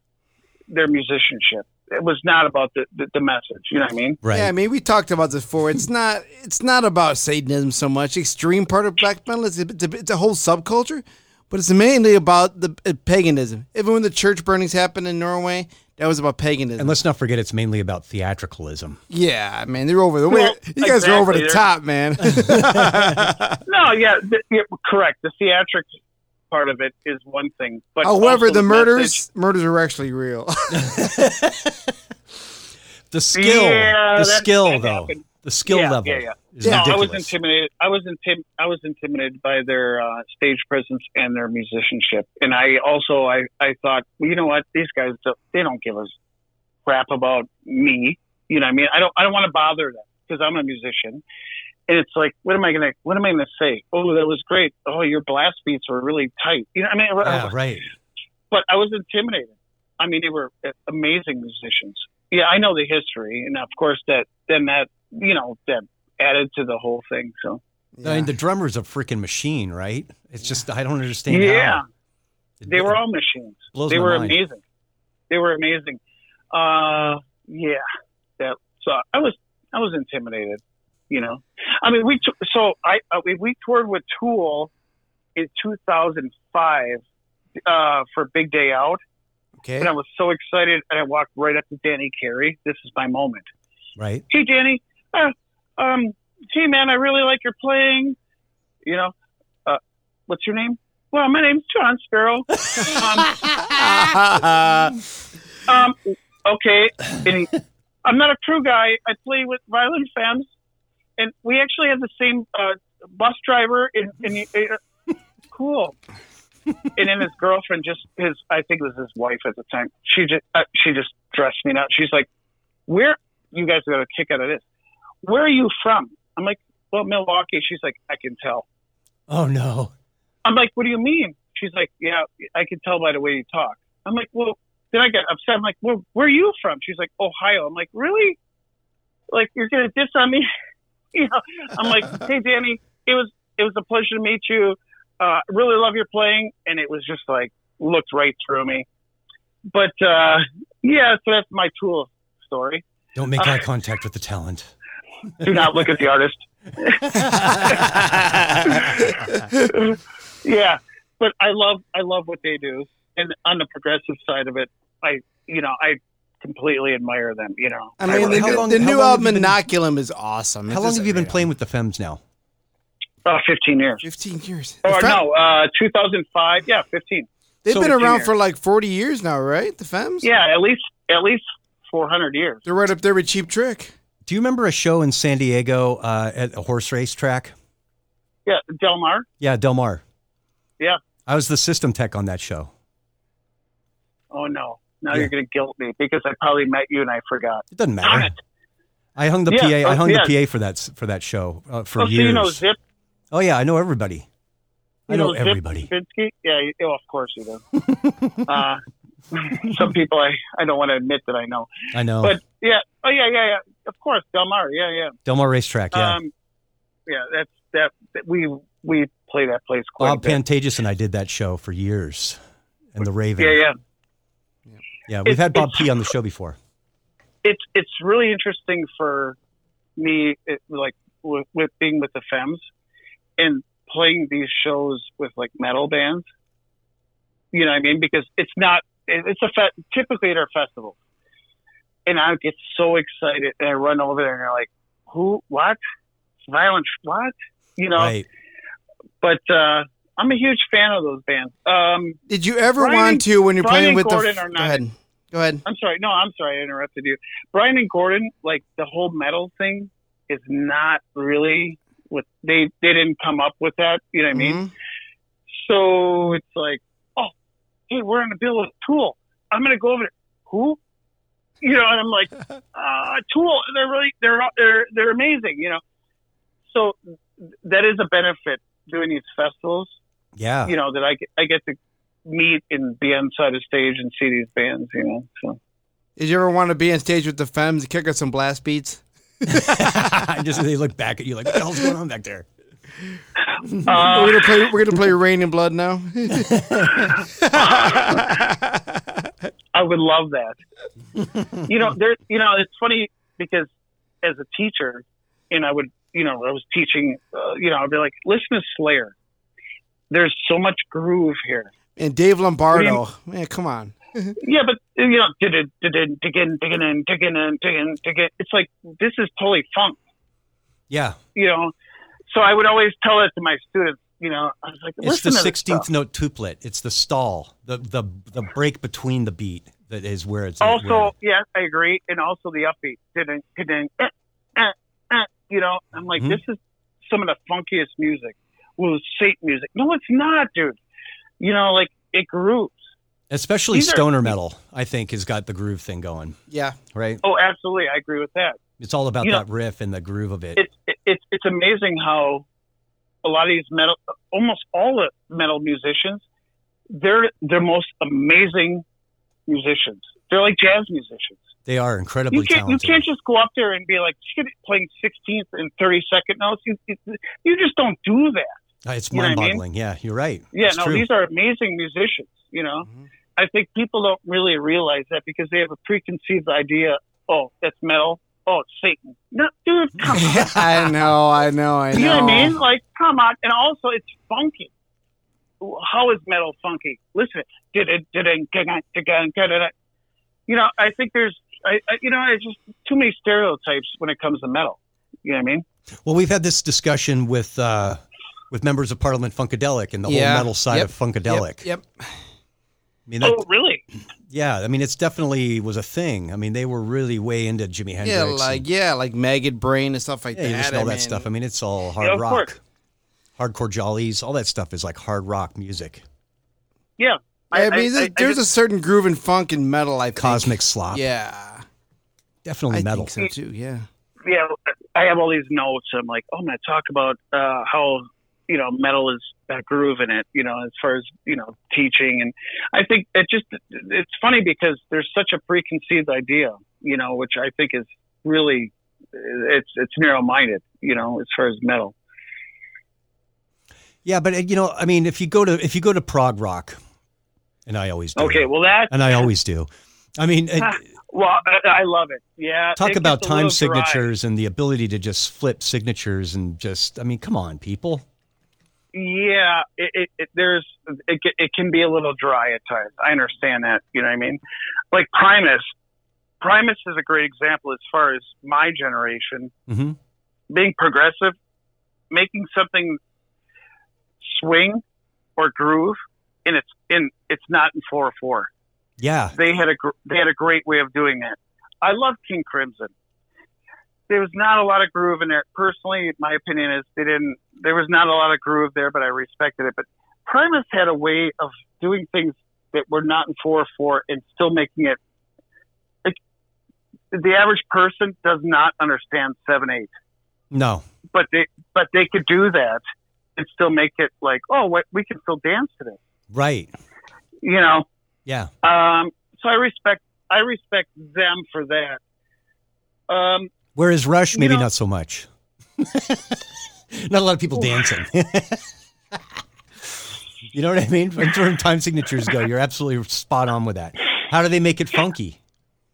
S1: their musicianship it was not about the the, the message you know what i mean
S4: Right.
S2: Yeah, I mean, we talked about this before. It's not it's not about Satanism so much. Extreme part of black metal is it's a, it's a whole subculture, but it's mainly about the uh, paganism. Even when the church burnings happened in Norway, that was about paganism.
S4: and let's not forget, it's mainly about theatricalism.
S2: yeah, man, they're over the
S1: Well,
S2: you guys are over the
S1: exactly.
S2: top, man.
S1: no yeah, th- yeah correct the theatric part of it is one thing but
S2: However,
S1: also
S2: the
S1: message-
S2: murders murders were actually real.
S4: The skill,
S1: Yeah,
S4: the
S1: that-
S4: skill
S1: that
S4: though,
S1: happened.
S4: the skill
S1: yeah,
S4: level.
S1: Yeah, yeah.
S4: Is
S1: no, I was
S4: ridiculous.
S1: intimidated. I was intim- I was intimidated by their uh, stage presence and their musicianship. And I also I I thought, well, you know what, these guys don't- they don't give us crap about me. You know, what I mean, I don't I don't want to bother them because I'm a musician. And it's like, what am I gonna what am I gonna say? Oh, that was great. Oh, your blast beats were really tight. You know, I mean, I was
S4: Yeah,
S1: like-
S4: right.
S1: but I was intimidated. I mean, they were uh, amazing musicians. Yeah, I know the history, and of course that then that you know that added to the whole thing. So
S4: I
S2: Yeah.
S4: mean, the drummer's a freaking machine, right? It's just I don't understand.
S1: yeah,
S4: how. It-
S1: they were
S4: it
S1: all machines.
S4: blows
S1: They
S4: my
S1: were
S4: mind.
S1: amazing. They were amazing. Uh, yeah, that. So I was I was intimidated. You know, I mean, we t- so I uh, we, we toured with Tool in 2005 uh, for Big Day Out.
S2: Okay,
S4: Eh?
S1: And I was so excited, and I walked right up to Danny Carey. This is my moment.
S4: right.
S1: Hey, Danny. Uh, um, hey, man, I really like your playing. You know, uh, what's your name? Well, my name's John Sparrow. um, um, okay. And he, I'm not a crew guy. I play with Violent Femmes. And we actually have the same uh, bus driver. In, in, in, cool. and then his girlfriend just his I think it was his wife at the time. She just uh, she just dressed me out. She's like, "Where you guys got a kick out of this? Where are you from?" I'm like, "Well, Milwaukee." She's like, "I can tell."
S4: Oh no.
S1: I'm like, "What do you mean?" She's like, "Yeah, I can tell by the way you talk." I'm like, "Well," then I got upset. I'm like, "Well, where are you from?" She's like, "Ohio." I'm like, "Really? Like you're gonna diss on me?" you know? I'm like, "Hey, Danny, it was it was a pleasure to meet you. Uh, really love your playing," and it was just like looked right through me. But uh, yeah, so that's my tool story.
S4: Don't make eye contact with the talent.
S1: Do not look at the artist. yeah, but I love I love what they do, and on the progressive side of it, I you know I completely admire them. You know,
S2: I mean, the,
S4: How long-
S2: the
S4: how
S2: new
S4: long have
S2: album
S4: you been-
S2: Inoculum is awesome.
S4: How
S2: It's
S4: long
S2: just
S4: have you been
S2: unreal.
S4: playing with the Femmes now?
S1: oh, fifteen years.
S2: Fifteen years.
S1: Or
S2: The Fem-
S1: no, uh, two thousand five. Yeah, fifteen.
S2: They've
S4: So
S2: been
S1: it's
S2: around
S1: junior.
S2: for like 40 years now, right? The Femmes?
S1: Yeah, at least at least four hundred years.
S2: They're right up there with Cheap Trick.
S4: Do you remember a show in San Diego uh, at a horse race track?
S1: Yeah, Del Mar.
S4: Yeah, Del Mar.
S1: Yeah.
S4: I was the system tech on that show.
S1: Oh no, now
S4: Yeah.
S1: you're gonna guilt me because I probably met you and I forgot.
S4: It doesn't
S1: Damn
S4: matter.
S1: it!
S4: I hung the
S1: Yeah,
S4: PA. I
S1: oh,
S4: hung
S1: yeah.
S4: the PA for that s- for that show uh, for
S1: Oh, so
S4: years.
S1: you know Zip.
S4: oh yeah, I know everybody. I
S1: You
S4: know,
S1: Zip
S4: everybody.
S1: Zinsky? Yeah, you- oh, of course you do. uh, some people I, I don't want to admit that I know.
S4: I know
S1: But yeah, oh yeah, yeah, yeah. Of course, Del Mar. Yeah, yeah.
S4: Del Mar racetrack. Yeah,
S1: Um, yeah, that's that, that. We we play that place quite a
S4: Bob
S1: bit.
S4: Pantages and I did that show for years, and the Raven.
S1: yeah, yeah.
S4: Yeah, we've
S1: It-
S4: had Bob
S1: it's-
S4: P on the show before.
S1: It's it's really interesting for me, it, like with, with being with the Femmes and playing these shows with like metal bands. You know what I mean? Because it's not. it- It's a fe- typically at our festivals, and I get so excited and I run over there and I'm like, "Who? What? Violent? What? You know?"
S4: Right.
S1: But uh, I'm a huge fan of those bands. Um,
S2: Did you ever
S1: Brian
S2: want
S1: and-
S2: to when you're
S1: Brian
S2: playing
S1: and
S2: with
S1: Gordon
S2: the?
S1: are
S2: F- go
S1: not-
S2: ahead. Go ahead.
S1: I'm sorry. No, I'm sorry. I interrupted you. Brian and Gordon, like the whole metal thing is not really what they they didn't come up with that. You know what I mean?
S2: Mhm.
S1: So it's like, oh, hey, we're on a bill with Tool. I'm gonna go over there. Who? You know, and I'm like, uh, Tool. They're really they're they're they're amazing. You know, so th- that is a benefit doing these festivals.
S4: Yeah.
S1: You know that I get, I get to meet and be on side of stage and see these bands. You know, so.
S2: Did you ever want to be on stage with the Femmes, and kick us some blast beats?
S4: Just they look back at you like, what the hell's going on back there?
S1: Uh,
S2: we're gonna play. We're gonna play Rain and Blood now.
S1: I would love that. you know, there. You know, it's funny because as a teacher, and I would, you know, I was teaching. Uh, you know, I'd be like, listen to Slayer. There's so much groove here.
S2: and Dave Lombardo. Man, come on.
S1: Yeah, but you know, diggin, diggin, diggin, diggin, diggin, diggin, diggin. It's like this is totally funk.
S4: Yeah.
S1: You know, so I would always tell it to my students. You know, I was like, listen
S4: It's
S1: to
S4: the
S1: this stuff.
S4: sixteenth note tuplet. It's the stall. The the the break between the beat that is where it's
S1: Also,
S4: where-
S1: yeah, I agree. And also the upbeat. Didn't, didn't, eh, eh, eh, you know, I'm like,
S4: Mhm.
S1: this is some of the funkiest music. Well, it's Satan music. No, it's not, dude. You know, like it grooves.
S4: especially
S1: these are-
S4: stoner metal, I think, has got the groove thing going.
S2: Yeah.
S4: Right?
S1: Oh, absolutely. I agree with that.
S4: It's all about
S1: You know-
S4: that riff and the groove of it.
S1: It's, it, it's, it's amazing how a lot of these metal, almost all the metal musicians, they're the most amazing musicians. They're like jazz musicians.
S4: they are incredibly
S1: you can't
S4: talented.
S1: you can't just go up there and be like "Shit, playing 16th and 32nd notes. You, you, you just don't do that.
S4: Uh, it's
S1: you know what I
S4: mind
S1: mean?
S4: boggling. Yeah, you're right.
S1: Yeah,
S4: It's
S1: no,
S4: true.
S1: these are amazing musicians. You know,
S2: Mhm.
S1: I think people don't really realize that because they have a preconceived idea. Oh, that's metal. Oh, it's Satan. No, dude, come on.
S2: I know. I know. I know.
S1: You know what I mean? Like, come on. And also, it's funky. How is metal funky? Listen, you know, I think there's, I, I you know, it's just too many stereotypes when it comes to metal. You know what I mean?
S4: Well, we've had this discussion with uh, with members of Parliament Funkadelic and the
S2: Yeah.
S4: whole metal side
S2: Yep.
S4: of Funkadelic.
S2: Yep. yep.
S4: I mean, that,
S1: oh, really?
S4: yeah, I mean, it's definitely was a thing. I mean, they were really way into Jimi Hendrix.
S2: Yeah,
S4: and-
S2: like yeah, like maggot brain and stuff like
S4: yeah, you
S2: that.
S4: listen to
S2: I
S4: all that
S2: mean,
S4: stuff. I mean, it's all hard
S1: Yeah, of
S4: rock,
S1: course.
S4: hardcore jollies. All that stuff is like hard rock music,
S1: Yeah.
S2: I, mean, there's, there's
S1: just-
S2: a certain groove and funk and metal. I think.
S4: cosmic slop.
S2: Yeah,
S4: definitely
S2: I
S4: metal.
S2: think so too. Yeah,
S1: yeah, I have all these notes. I'm like, oh, I'm going to talk about uh, how you know metal is that groove in it. You know, as far as you know, teaching, and I think it just it's funny because there's such a preconceived idea, you know, which I think is really it's it's narrow minded, you know, as far as metal.
S4: Yeah, but uh, you know, I mean, if you go to if you go to prog rock, and I always do,
S1: Okay, well that
S4: and I always do. I mean, it,
S1: well I, I love it. Yeah, it
S4: talk
S1: gets
S4: about
S1: a
S4: time
S1: little dry.
S4: signatures and the ability to just flip signatures and just i mean come on people
S1: Yeah, it, it, it there's it, ca- it can be a little dry at times. I understand that. You know what I mean? Like Primus, Primus is a great example as far as my generation
S4: hmm
S1: being progressive, making something swing or groove, and it's in it's not in four four.
S4: yeah
S1: They had a gr- they had a great way of doing that. I love King Crimson. There was not a lot of groove in there. Personally, my opinion is they didn't. There was not a lot of groove there, but I respected it. But Primus had a way of doing things that were not in four oh four and still making it. Like, the average person does not understand seven eight,
S4: no
S1: but they but they could do that and still make it like oh what we can still dance to this,
S4: right
S1: you know.
S4: yeah
S1: Um, so I respect I respect them for that. Um,
S4: whereas rush
S1: You
S4: maybe
S1: know-
S4: not so much not a lot of people dancing you know what i mean as far as time signatures go you're absolutely spot on with that how do they make it funky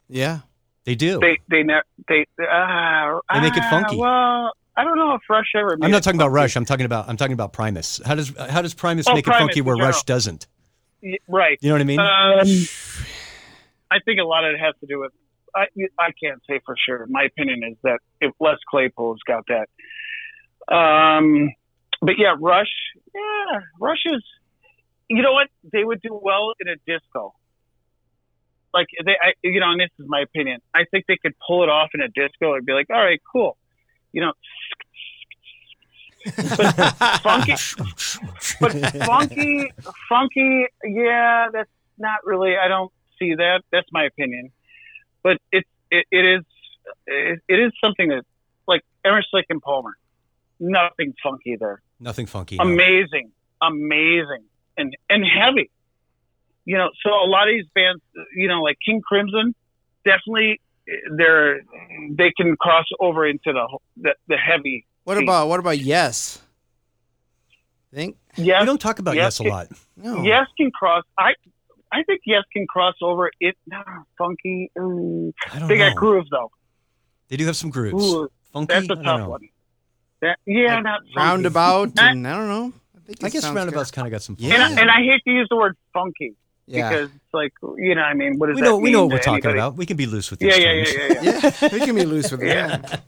S2: yeah.
S4: they do
S1: they they ne- they uh,
S4: They make it funky.
S1: Well, I don't know if Rush ever. Made
S4: I'm
S1: it
S4: not talking about
S1: funky.
S4: Rush. I'm talking about I'm talking about Primus. How does how does Primus
S1: Oh,
S4: make
S1: Primus
S4: it funky where
S1: in general.
S4: Rush doesn't?
S1: Y- Right.
S4: You know what I mean?
S1: Um, I think a lot of it has to do with. I I can't say for sure. My opinion is that if Les Claypool's got that. Um, but yeah, Rush. Yeah, Rush is. You know what? They would do well in a disco. Like they, I, you know, and this is my opinion. I think they could pull it off in a disco and be like, "All right, cool." You know, funky, but funky, funky. Yeah, that's not really. I don't see that. That's my opinion. But it it, it is it, it is something that like Emerson, Lake and Palmer. Nothing funky there.
S4: Nothing funky. no.
S1: Amazing, amazing, and and heavy. You know, so a lot of these bands, you know, like King Crimson, definitely eh, they're they can cross over into the the, the heavy.
S2: What
S1: Hey.
S2: about what about yes? Think
S1: Yes,
S4: We don't talk about
S1: Yeah,
S4: yes a
S1: it-
S4: lot.
S2: no.
S1: Yes can cross. I I think Yes can cross over. It nah, funky. mm.
S4: I don't
S1: They got
S4: know.
S1: groove though.
S4: They do have some grooves.
S1: Ooh,
S4: funky.
S1: that's
S4: I
S1: a
S4: don't
S1: tough
S4: know.
S1: one. That, yeah,
S2: Like
S1: not funky.
S2: roundabout
S1: I-
S2: and I don't know. I think it
S4: I guess
S2: sounds
S4: roundabouts kind of got some.
S2: Yeah.
S1: And, I, and I hate to use the word funky
S2: good. Yeah.
S1: because it's like you know I mean what does
S4: We
S1: that
S4: know we know
S1: mean
S4: what we're
S1: to
S4: talking
S1: anybody?
S4: about. We can be loose with these
S1: Yeah, yeah,
S4: terms.
S1: yeah, yeah, yeah.
S2: yeah, we can be loose with
S1: Yeah.
S2: that.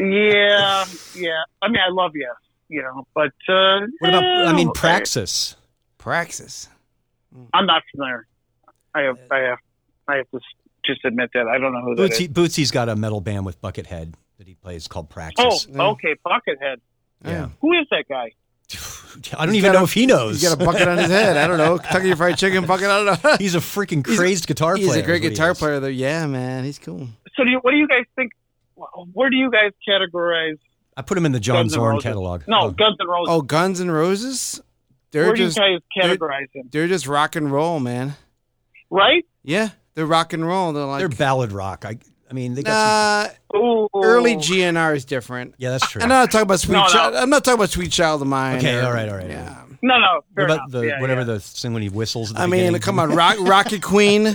S1: yeah, yeah. I mean, I love Yes, you know, but uh,
S4: What about? I mean,
S1: eh,
S4: Praxis.
S2: Praxis.
S1: I'm not familiar. I have, I have, I have to s- just admit that I don't know who that is.
S4: Bootsy, Bootsy's got a metal band with Buckethead that he plays called
S1: Oh,
S4: Praxis.
S1: okay, Buckethead.
S4: Yeah.
S1: Who is that guy?
S4: I don't
S2: He's
S4: even
S2: got
S4: know
S2: a-
S4: if he knows.
S2: He's got a bucket on his head. I don't know. Kentucky Fried Chicken bucket. I don't know.
S4: He's a freaking
S2: He's a-
S4: crazed guitar
S2: He's
S4: player.
S2: a great
S4: is what he
S2: guitar
S4: is.
S2: player, though. Yeah, man, he's cool.
S1: So, do you, what do you guys think? Where do you guys categorize?
S4: I put him in the John
S1: Guns N'
S4: Zorn
S1: Roses.
S4: catalog.
S1: No,
S4: Oh,
S1: Guns N' Roses.
S2: Oh, Guns and Roses. They're
S1: Where do you
S2: just
S1: guys categorize them?
S2: they're just rock and roll, man.
S1: Right?
S2: Yeah, they're rock and roll. They're like
S4: they're ballad rock. I, I mean, they got. some,
S2: nah,
S1: Ooh,
S2: early GNR is different.
S4: yeah, that's true.
S2: I'm not talking about sweet.
S1: Oh. No, no.
S2: Child, I'm not talking about sweet child of mine.
S4: Okay,
S2: or-
S4: all right, all right,
S2: Yeah.
S1: No, no.
S4: What
S1: Fair
S4: about
S1: enough.
S4: the
S1: yeah,
S4: whatever
S1: yeah.
S4: the thing when he whistles? At the
S2: I mean,
S4: beginning?
S2: come on, rock, Rocky Queen,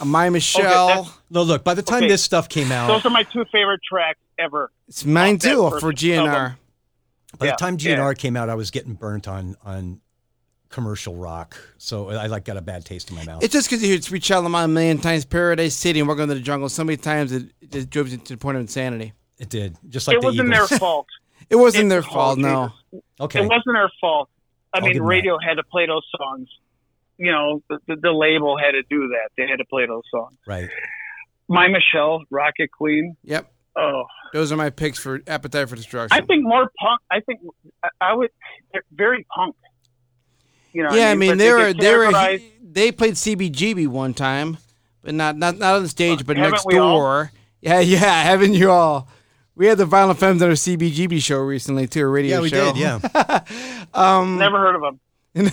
S2: uh, My Michelle.
S1: that's-
S4: No, look. By the time
S1: Okay.
S4: this stuff came out,
S1: Those are my two favorite tracks ever.
S2: it's mine
S1: that's
S2: too for
S1: perfect.
S2: GNR.
S4: by
S1: yeah,
S4: the time
S1: yeah.
S4: GNR came out, I was getting burnt on on commercial rock. So I like got a bad taste in my mouth.
S2: It's just because you hear Sweet Child of Mine a million times, Paradise City, and Welcome to the Jungle so many times it, it just drove you to the point of insanity.
S4: It did, just like
S1: it
S4: the
S1: wasn't
S4: Eagles.
S1: their fault.
S2: It wasn't
S1: It-
S2: their fault,
S1: oh,
S2: no.
S4: Okay,
S1: It wasn't their fault. I
S4: I'll
S1: mean,
S4: give 'em
S1: radio had to play those songs. You know, the, the, the label had to do that. They had to play those songs.
S4: right.
S1: My Michelle, Rocket Queen.
S2: Yep,
S1: Oh,
S2: those are my picks for Appetite for Destruction.
S1: I think more punk. I think I, I would. They're very punk. You know.
S2: yeah, I mean,
S1: but
S2: they
S1: get
S2: were they were
S1: categorized-
S2: they played CBGB one time, but not not not on the stage, but
S1: Haven't
S2: next
S1: we all?
S2: door. Yeah, yeah, haven't you all? We had the Violent Femmes on our CBGB show recently too, a radio
S4: Yeah, we
S2: show.
S4: did. Yeah,
S1: Never heard of them.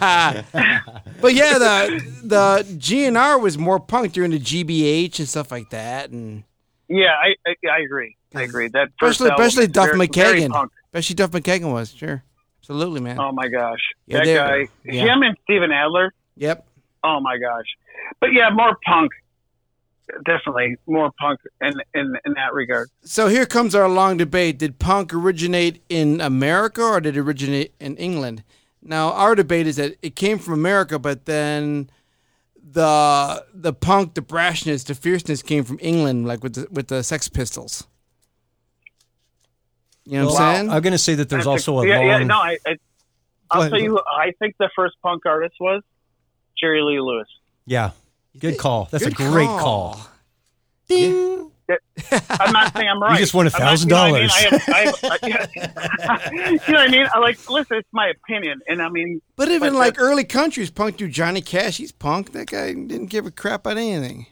S2: but yeah, the the GNR was more punk during the GBH and stuff like that, and
S1: Yeah, I, I I agree. I agree. That first
S2: especially
S1: album
S2: especially
S1: is
S2: Duff
S1: very- very
S2: McKagan,
S1: punk.
S2: especially Duff McKagan was sure, absolutely, man.
S1: Oh my gosh,
S2: Yeah,
S1: that
S2: they-
S1: guy,
S2: yeah.
S1: him and Steven Adler.
S2: Yep.
S1: Oh my gosh, but yeah, more punk. Definitely more punk in in, in that regard.
S2: So here comes our long debate. Did punk originate in America or did it originate in England? Now our debate is that it came from America, but then the the punk, the brashness, the fierceness came from England, like with the, with the Sex Pistols. You know what I'm saying?
S4: I'm gonna say that there's
S1: That's
S4: also a
S1: yeah,
S4: long.
S1: yeah. No, I, I
S4: Go
S1: I'll
S4: ahead.
S1: tell you. Who I think the first punk artist was Jerry Lee Lewis.
S4: Yeah. Good call. That's
S2: Good
S4: a great call.
S2: call.
S1: I'm not saying I'm right.
S4: just won
S1: I'm not-
S4: $1,000.
S1: You know what I mean? I have- I have- you know what I mean? I like listen. It's my opinion, and I mean,
S2: But even
S1: But uh,
S2: like early countries, punk dude Johnny Cash, he's punk. That guy didn't give a crap about anything.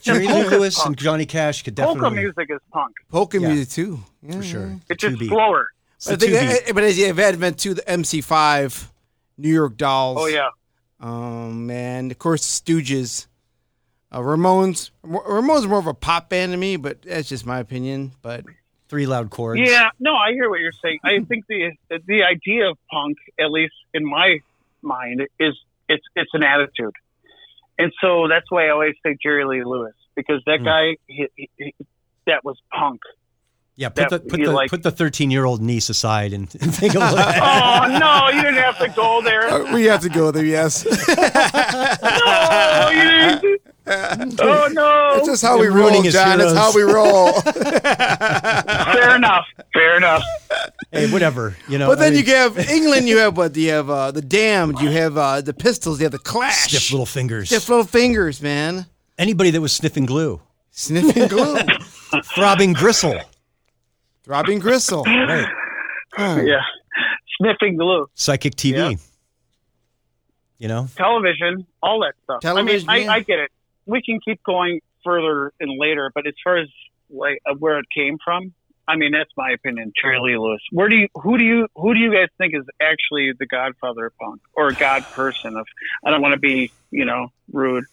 S4: Jerry Lee
S1: Polka's
S4: Lewis
S1: punk.
S4: and Johnny Cash could
S1: polka
S4: definitely
S1: music is punk.
S2: Polka
S4: Yeah.
S2: music too, yeah,
S4: for sure.
S1: Mm. It's
S4: Two
S1: just
S4: beat.
S1: slower.
S4: It's
S2: But I
S4: a two
S2: think
S4: beat.
S2: that, but as you have advent to the MC5, New York Dolls.
S1: Oh yeah.
S2: Um, and of course, Stooges, uh, Ramones. Mo- Ramones are more of a pop band to me, but that's just my opinion. But
S4: three loud chords.
S1: Yeah, no, I hear what you're saying. I think the the idea of punk, at least in my mind, is it's it's an attitude, and so that's why I always say Jerry Lee Lewis because that
S4: Mm.
S1: guy, he, he, he- that was punk.
S4: Yeah, put the
S1: That-
S4: put
S1: you
S4: the
S1: like-
S4: put the thirteen year old niece aside and, and think of
S1: Oh no, you didn't have to go there.
S2: Uh, we have to go there. Yes,
S1: No, you didn't. Oh no.
S2: that's just how we
S4: You're ruining
S2: roll,
S4: his
S2: John. That's
S4: heroes.
S2: how we roll.
S1: Fair enough. Fair enough.
S4: hey, whatever you know.
S2: But then
S4: I
S2: you
S4: mean,
S2: have England. You have what? You have uh, the Damned. You have uh, the Pistols. You have the Clash.
S4: stiff little fingers.
S2: Stiff little fingers, man.
S4: Anybody that was sniffing glue,
S2: Sniffing glue.
S4: throbbing gristle,
S2: Throbbing gristle.
S4: right?
S1: Yeah. Sniffing glue,
S4: Psychic TV.
S1: Yeah.
S4: You know,
S1: television, all that stuff.
S2: Television,
S1: I mean,
S2: yeah.
S1: I, I get it. We can keep going further and later, but as far as like uh, where it came from, I mean, that's my opinion. Charlie Lewis. Where do you who do you who do you guys think is actually the Godfather of punk or God person of? I don't want to be you know rude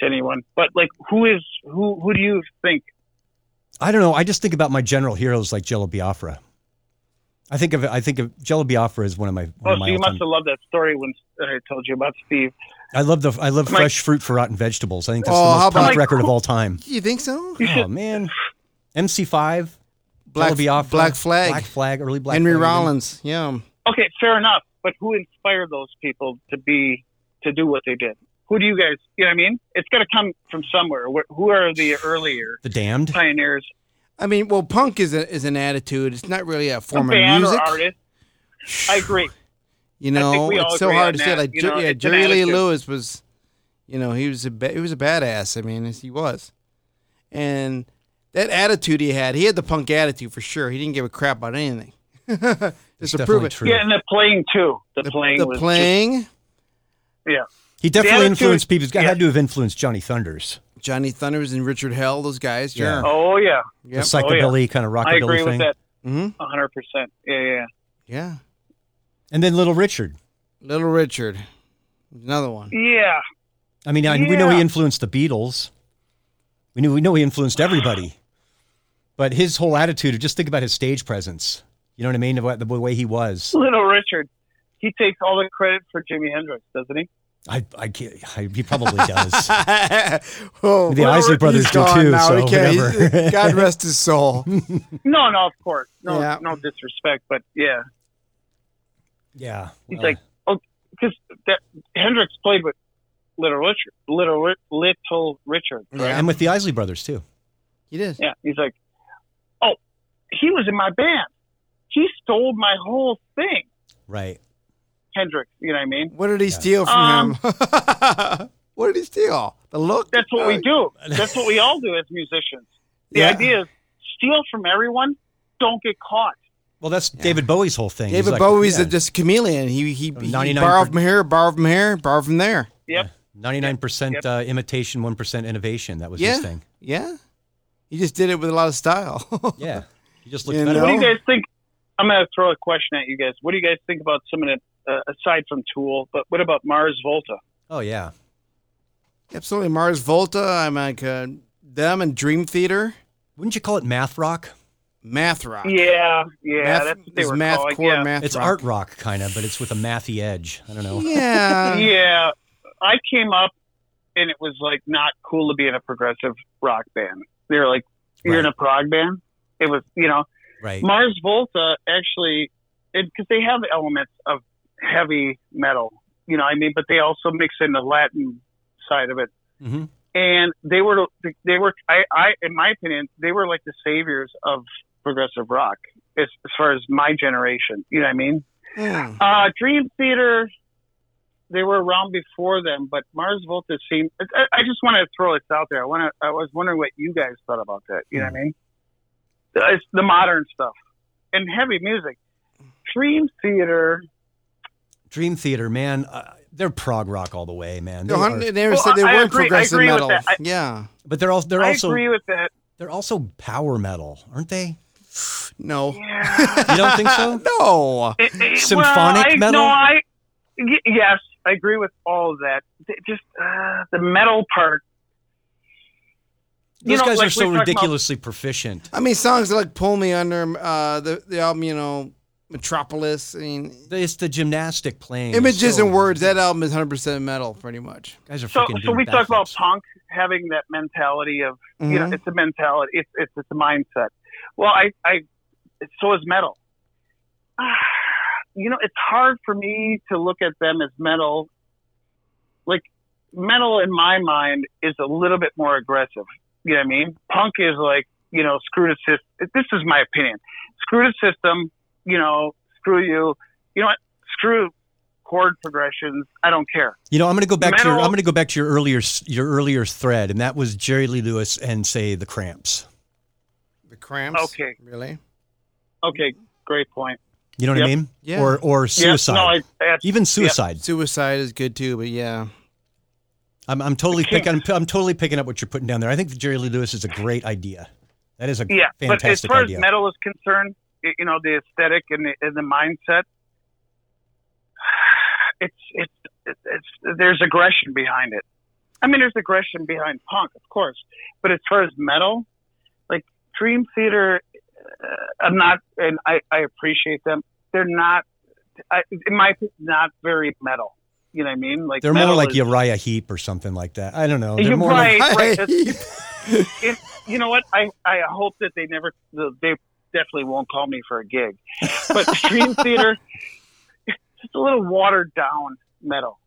S1: to anyone, but like who is who who do you think?
S4: I don't know. I just think about my general heroes like Jello Biafra. I think of I think of Jello Biafra as one of my. One
S1: Oh,
S4: of my
S1: so you
S4: all-time-
S1: must have loved that story when I told you about Steve.
S4: I love the I love
S1: My-
S4: fresh fruit for rotten vegetables. I think that's
S2: Oh,
S4: the
S2: how
S4: most
S2: about-
S4: punk
S1: Like,
S4: record of all time.
S2: You think so?
S1: You
S4: Oh
S1: should-
S4: man, MC5,
S2: Black-
S4: Jello Biafra,
S2: Black Flag.
S4: Black Flag, early Black
S2: Henry
S4: Flag,
S2: Rollins. Yeah.
S1: Okay, fair enough. But who inspired those people to be to do what they did? Who do you guys? You know what I mean? It's got to come from somewhere. Wh- Who are the earlier
S4: The Damned.
S1: pioneers,
S2: I mean, well, punk is a, is an attitude. It's not really a
S1: a
S2: form of
S1: band or
S2: music.
S1: artist? I agree.
S2: You
S1: I think
S2: know,
S1: we all
S2: it's so
S1: agree
S2: hard
S1: on
S2: to say.
S1: that.
S2: Like,
S1: You
S2: Jer-
S1: know,
S2: yeah,
S1: it's an
S2: Jerry Lee
S1: attitude.
S2: Lewis was, you know, he was a ba- he was a badass. I mean, yes, he was, and that attitude he had, he had the punk attitude for sure. He didn't give a crap about anything.
S4: It's
S2: Just to prove
S4: definitely
S2: it.
S4: true.
S1: Yeah, and the playing too. The,
S2: The,
S1: playing.
S2: the
S1: was
S2: playing,
S1: Just, yeah.
S4: He definitely
S1: attitude-
S4: influenced people. He's got
S1: yeah.
S4: had to have influenced Johnny Thunders,
S2: Johnny Thunders and Richard Hell, those guys. Sure.
S4: Yeah.
S1: Oh yeah,
S2: Yep.
S4: the psychobilly kind of
S1: Oh, I
S4: rockabilly
S1: agree
S4: thing,
S1: with that.
S2: hmm
S1: A hundred percent. Yeah, yeah. yeah.
S2: Yeah.
S4: and then Little Richard.
S2: Little Richard, another one.
S1: Yeah,
S4: I mean, I, we know he
S1: Yeah.
S4: influenced the Beatles. We knew we know he influenced everybody, but his whole attitude of just think about his stage presence. You know what I mean? About the way he was.
S1: Little Richard, he takes all the credit for Jimi Hendrix, doesn't he?
S4: I, I can't. I, he probably does.
S2: oh,
S4: The Isley
S2: he's
S4: Brothers do
S2: gone
S4: too,
S2: now.
S4: so
S2: He can't- he's-
S4: whatever.
S2: God rest his soul.
S1: No, no, of course. No,
S2: Yeah.
S1: no disrespect, but yeah,
S4: yeah.
S1: He's
S4: well,
S1: like, oh, because that Hendrix played with Little Richard, Little Ri- Little Richard, right?
S2: Yeah.
S4: and with the Isley Brothers too.
S2: He did.
S1: Yeah. He's like, oh, he was in my band. He stole my whole thing,
S4: Right.
S1: Hendrix. You know what I mean?
S2: What did he steal from
S1: Um,
S2: him? what did he steal? The look.
S1: That's what we
S2: Uh,
S1: do. That's what we all do as musicians. The
S2: Yeah.
S1: idea is steal from everyone, don't get caught.
S4: Well, that's David Bowie's whole thing. He's
S2: David
S4: like,
S2: Bowie's
S4: yeah,
S2: a, just a chameleon. He he, he
S4: 99
S2: borrowed from here, borrowed from here, borrowed from there.
S1: Yep.
S4: 99%
S1: Yep.
S4: Uh, imitation, 1% innovation. That was
S2: Yeah.
S4: his thing.
S2: Yeah, he just did it with a lot of style.
S4: Yeah. He just looked
S2: You
S4: better.
S1: What do you
S2: know?
S1: guys think? I'm going to throw a question at you guys. What do you guys think about some of the, uh, aside from Tool, but what about Mars Volta?
S4: Oh, yeah.
S2: Absolutely, Mars Volta. I'm like uh, them and Dream Theater,
S4: Wouldn't you call it math rock?
S2: math rock.
S1: Yeah, yeah,
S2: math,
S1: that's what they
S2: is
S1: were
S2: math
S1: calling.
S2: core
S1: yeah.
S2: math.
S4: It's
S2: rock.
S4: art rock, kind of, but it's with a mathy edge. I don't know.
S2: Yeah,
S1: yeah, I came up and it was like not cool to be in a progressive rock band. They were like, you're in a prog band. It was, you know,
S4: Right.
S1: Mars Volta actually, because they have elements of heavy metal, you know, what I mean, but they also mix in the Latin side of it.
S4: hmm
S1: and they were they were I, I in my opinion they were like the saviors of progressive rock as, as far as my generation you know what i mean
S2: Mm.
S1: uh dream theater they were around before them but mars volta seemed i, I just want to throw this out there i want to i was wondering what you guys thought about that you know what i mean Uh, it's the modern stuff and heavy music dream theater
S4: Dream Theater, man. Uh, they're prog rock all the way, man. They
S2: No, hun-
S4: are-
S2: they never
S1: Well,
S2: said they
S1: I- I
S2: weren't
S1: agree- I
S2: progressive
S1: agree with
S2: metal.
S1: that. I-
S2: yeah,
S4: but they're also they're
S1: i
S4: also
S1: agree with that
S4: they're also power metal, aren't they?
S2: no,
S1: yeah
S4: You don't think so?
S2: no.
S1: It- it-
S4: Symphonic
S1: well, I,
S4: metal?
S1: No, I y- yes, I agree with all of that. Th- Just uh, the metal part.
S4: Those
S1: You know,
S4: guys
S1: like
S4: are so
S1: we talked about-
S4: ridiculously proficient.
S2: I mean, songs like "Pull Me Under" uh, the the album, you know, Metropolis. I mean,
S4: It's the gymnastic playing.
S2: images
S4: So-
S2: and words. That album is 100 percent metal, pretty much.
S4: Guys are
S1: uh, So,
S4: freaking
S1: so
S4: doing
S1: we talk about
S4: backflips.
S1: punk having that mentality of you know
S2: Mhm.
S1: it's a mentality it's it's it's a mindset. Well, I, I so is metal. Ah, You know, it's hard for me to look at them as metal. Like metal in my mind is a little bit more aggressive. You know what I mean? Punk is like, you know, screw the system. This is my opinion. Screw the system, you know, screw you. You know what? Screw chord progressions. I don't care.
S4: You know, I'm going to go back to your,
S1: Metal-
S4: I'm going to go back to your earlier s- your earlier thread, and that was Jerry Lee Lewis and say the Cramps.
S2: The cramps.
S1: Okay.
S2: Really?
S1: Okay, great point.
S4: You know what I
S1: Yep.
S4: mean?
S2: Yeah.
S4: Or or
S1: Yeah,
S4: suicide.
S1: no, I, that's
S4: Even suicide.
S2: Suicide is good too, but yeah.
S4: I'm, I'm totally
S1: The
S4: picking. I'm, I'm totally picking up what you're putting down there. I think the Jerry Lee Lewis is a great idea. That is a
S1: yeah, but as
S4: fantastic
S1: far
S4: idea.
S1: as metal is concerned, i- you know the aesthetic and the, and the mindset. It's it's it's there's aggression behind it. I mean, there's aggression behind punk, of course, but as far as metal, like Dream Theater, uh, I'm not, and I I appreciate them. They're not, I, in my opinion, not very metal. You know what I mean? Like
S4: They're more
S1: metal
S4: like
S1: is-
S4: Uriah Heep or something like that. I don't know. They're
S1: You're
S4: more
S1: right,
S4: like,
S1: right. That's-
S2: Hey.
S1: it, you know what? I, I hope that they never, they definitely won't call me for a gig. But Dream Theater, it's just a little watered down metal.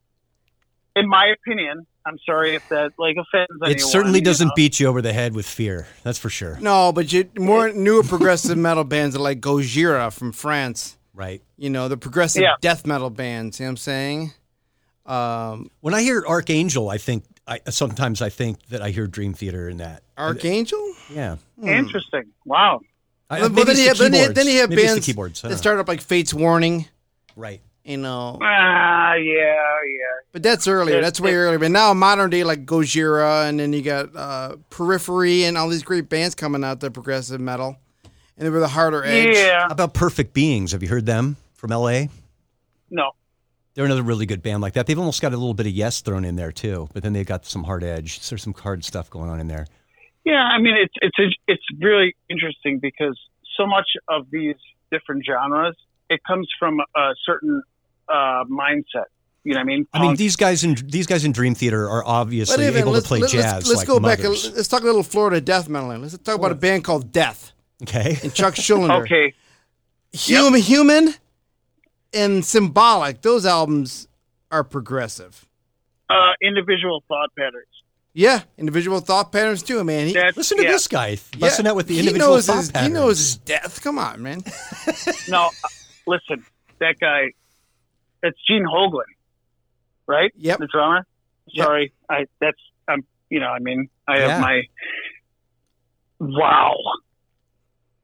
S1: In my opinion, I'm sorry if that like offends anyone.
S4: it certainly
S1: you
S4: doesn't
S1: know?
S4: beat you over the head with fear. That's for sure.
S2: No, but you, more newer progressive metal bands are like Gojira from France.
S4: Right.
S2: You know, the progressive
S1: Yeah.
S2: death metal bands. You know what I'm saying? Um,
S4: When I hear Archangel, I think I sometimes I think that I hear Dream Theater in that.
S2: Archangel?
S4: Yeah.
S1: interesting. Wow.
S4: I,
S2: But
S4: maybe
S2: then,
S4: it's
S2: you
S4: the
S2: have, then, you have, then you
S4: keyboards.
S2: have
S4: Maybe it's
S2: bands
S4: the keyboards. I
S2: that
S4: don't
S2: start up like Fate's Warning,
S4: know. right.
S2: you know.
S1: Ah, yeah, yeah.
S2: But that's earlier.
S1: There's-
S2: That's way earlier. But now modern day like Gojira and then you got uh, Periphery and all these great bands coming out that progressive metal. And they were the harder edge.
S1: Yeah.
S4: How about Perfect Beings? Have you heard them from LA?
S1: No.
S4: They're another really good band like that. They've almost got a little bit of Yes thrown in there too, but then they've got some hard edge. So There's some hard stuff going on in there.
S1: Yeah, I mean it's it's a, it's really interesting because so much of these different genres it comes from a certain uh, mindset. You know what I mean?
S4: I mean,
S1: Punk,
S4: these guys in these guys in Dream Theater are
S2: But
S4: obviously
S2: even,
S4: able
S2: let's,
S4: to play
S2: let's,
S4: jazz.
S2: let's, let's
S4: like
S2: go back. and
S4: mothers.
S2: Let's talk a little Florida death metal. Let's talk about a band called Death
S4: Okay.
S2: and Chuck Schuldiner.
S1: okay.
S2: Hum, Human and Symbolic. Those albums are progressive.
S1: uh, individual thought patterns.
S2: Yeah, individual thought patterns too, man. He,
S1: That's,
S4: Listen to
S1: yeah.
S4: this guy busting out with the
S2: he
S4: individual
S2: knows
S4: thought
S2: his,
S4: patterns.
S2: He knows his death. Come on, man.
S1: No, uh, listen, that guy. It's Gene Hoglan, right?
S2: Yep.
S1: The drummer.
S2: Yep.
S1: Sorry, I. That's I'm. You know, I mean, I
S4: Yeah.
S1: have my. Wow.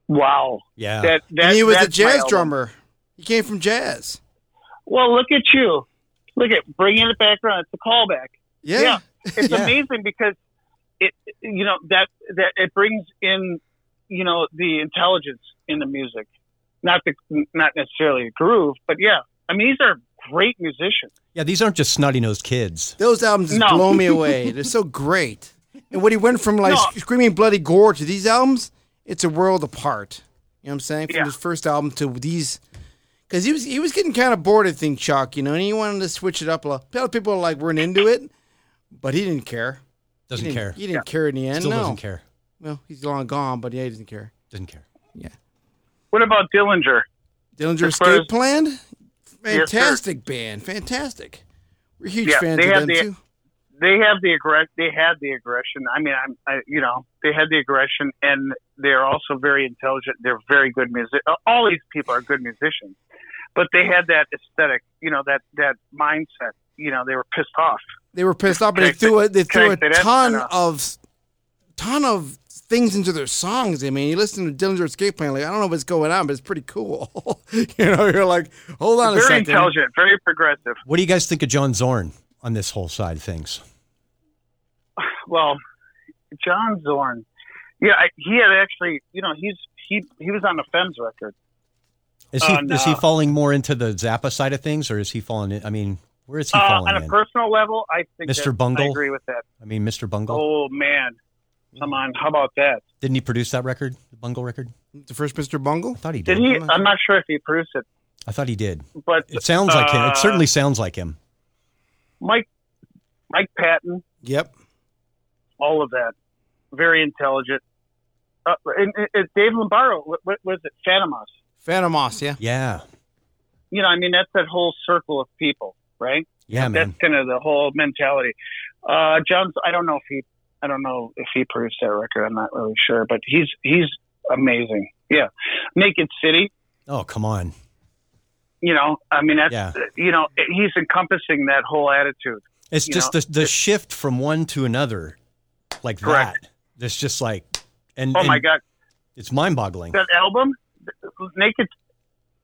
S1: Wow.
S4: Yeah.
S1: That that
S2: and he was a
S1: that's my
S2: jazz
S1: album.
S2: drummer. He came from jazz.
S1: Well, look at you. Look at bringing it back around. It's a callback.
S2: Yeah.
S1: Yeah. It's
S4: Yeah.
S1: amazing because it you know that that it brings in you know the intelligence in the music, not the not necessarily a groove, but yeah. I mean, these are great musicians.
S4: yeah. These aren't just snotty nosed kids.
S2: Those albums just
S1: No.
S2: blow me away. They're so great. And when he went from like
S1: No.
S2: Screaming Bloody Gore to these albums, it's a world apart. You know what I'm saying? From
S1: Yeah.
S2: his first album to these. Because he was he was getting kind of bored of Think Chuck, you know, and he wanted to switch it up a lot. A lot of people like weren't into it, but he didn't care. He
S4: Doesn't
S2: didn't,
S4: care.
S2: He didn't care in the end.
S4: Still
S2: no.
S4: doesn't care.
S2: Well, he's long gone, but yeah, he doesn't care.
S4: Doesn't care.
S1: What about Dillinger?
S2: Dillinger
S1: As far
S2: Escape
S1: as-
S2: Plan?
S1: Yes, sir.
S2: Fantastic band. Fantastic. We're huge
S1: Yeah,
S2: fans
S1: they
S2: of
S1: had
S2: them
S1: the-
S2: too.
S1: They have the aggress. They had the aggression. I mean, I'm, I, you know, they had the aggression, and they're also very intelligent. They're very good music. All these people are good musicians, but they had that aesthetic. You know, that that mindset. You know, they were pissed off.
S2: They were pissed off, but they
S1: Correct.
S2: threw a, they threw a
S1: Correct. They didn't-
S2: ton
S1: no.
S2: of ton of things into their songs. I mean, you listen to Dillinger Escape Plan, like I don't know what's going on, but it's pretty cool. you know, you're like, hold on a
S1: very
S2: second.
S1: intelligent, very progressive.
S4: What do you guys think of John Zorn on this whole side of things?
S1: Well, John Zorn, yeah, I, he had actually, you know, he's he he was on the Femmes record.
S4: Is he
S1: Oh, no.
S4: is he falling more into the Zappa side of things, or is he falling? In, I mean, where is he
S1: Uh,
S4: falling
S1: on a
S4: in?
S1: personal level, I think
S4: Mr.
S1: that-
S4: Bungle?
S1: I agree with that.
S4: I mean, Mr. Bungle.
S1: Oh man, come on, how about that?
S4: Didn't he produce that record, the Bungle record?
S2: The first Mr. Bungle?
S4: I thought he did.
S1: Did he?
S2: Come on.
S1: I'm not sure if he produced it,
S4: I thought he did.
S1: but
S4: It sounds like him.
S1: uh,
S4: It certainly sounds like him.
S1: Mike Mike Patton,
S2: Yep.
S1: all of that, very intelligent, uh, and, and- and Dave Lombardo, what, what was it? Phantomos.
S2: Phantomos, yeah.
S4: Yeah.
S1: You know, I mean, that's that whole circle of people, right?
S4: Yeah, man.
S1: That's kind of the whole mentality. Uh, John's, I don't know if he, I don't know if he produced that record. I'm not really sure, but he's he's amazing. Yeah, Naked City.
S4: Oh, come on.
S1: You know, I mean, that's you know, he's encompassing that whole attitude.
S4: It's
S1: you
S4: just the the shift from one to another, like
S1: Correct.
S4: that. It's just like, and
S1: Oh my
S4: and
S1: God,
S4: it's mind boggling.
S1: that album, Naked,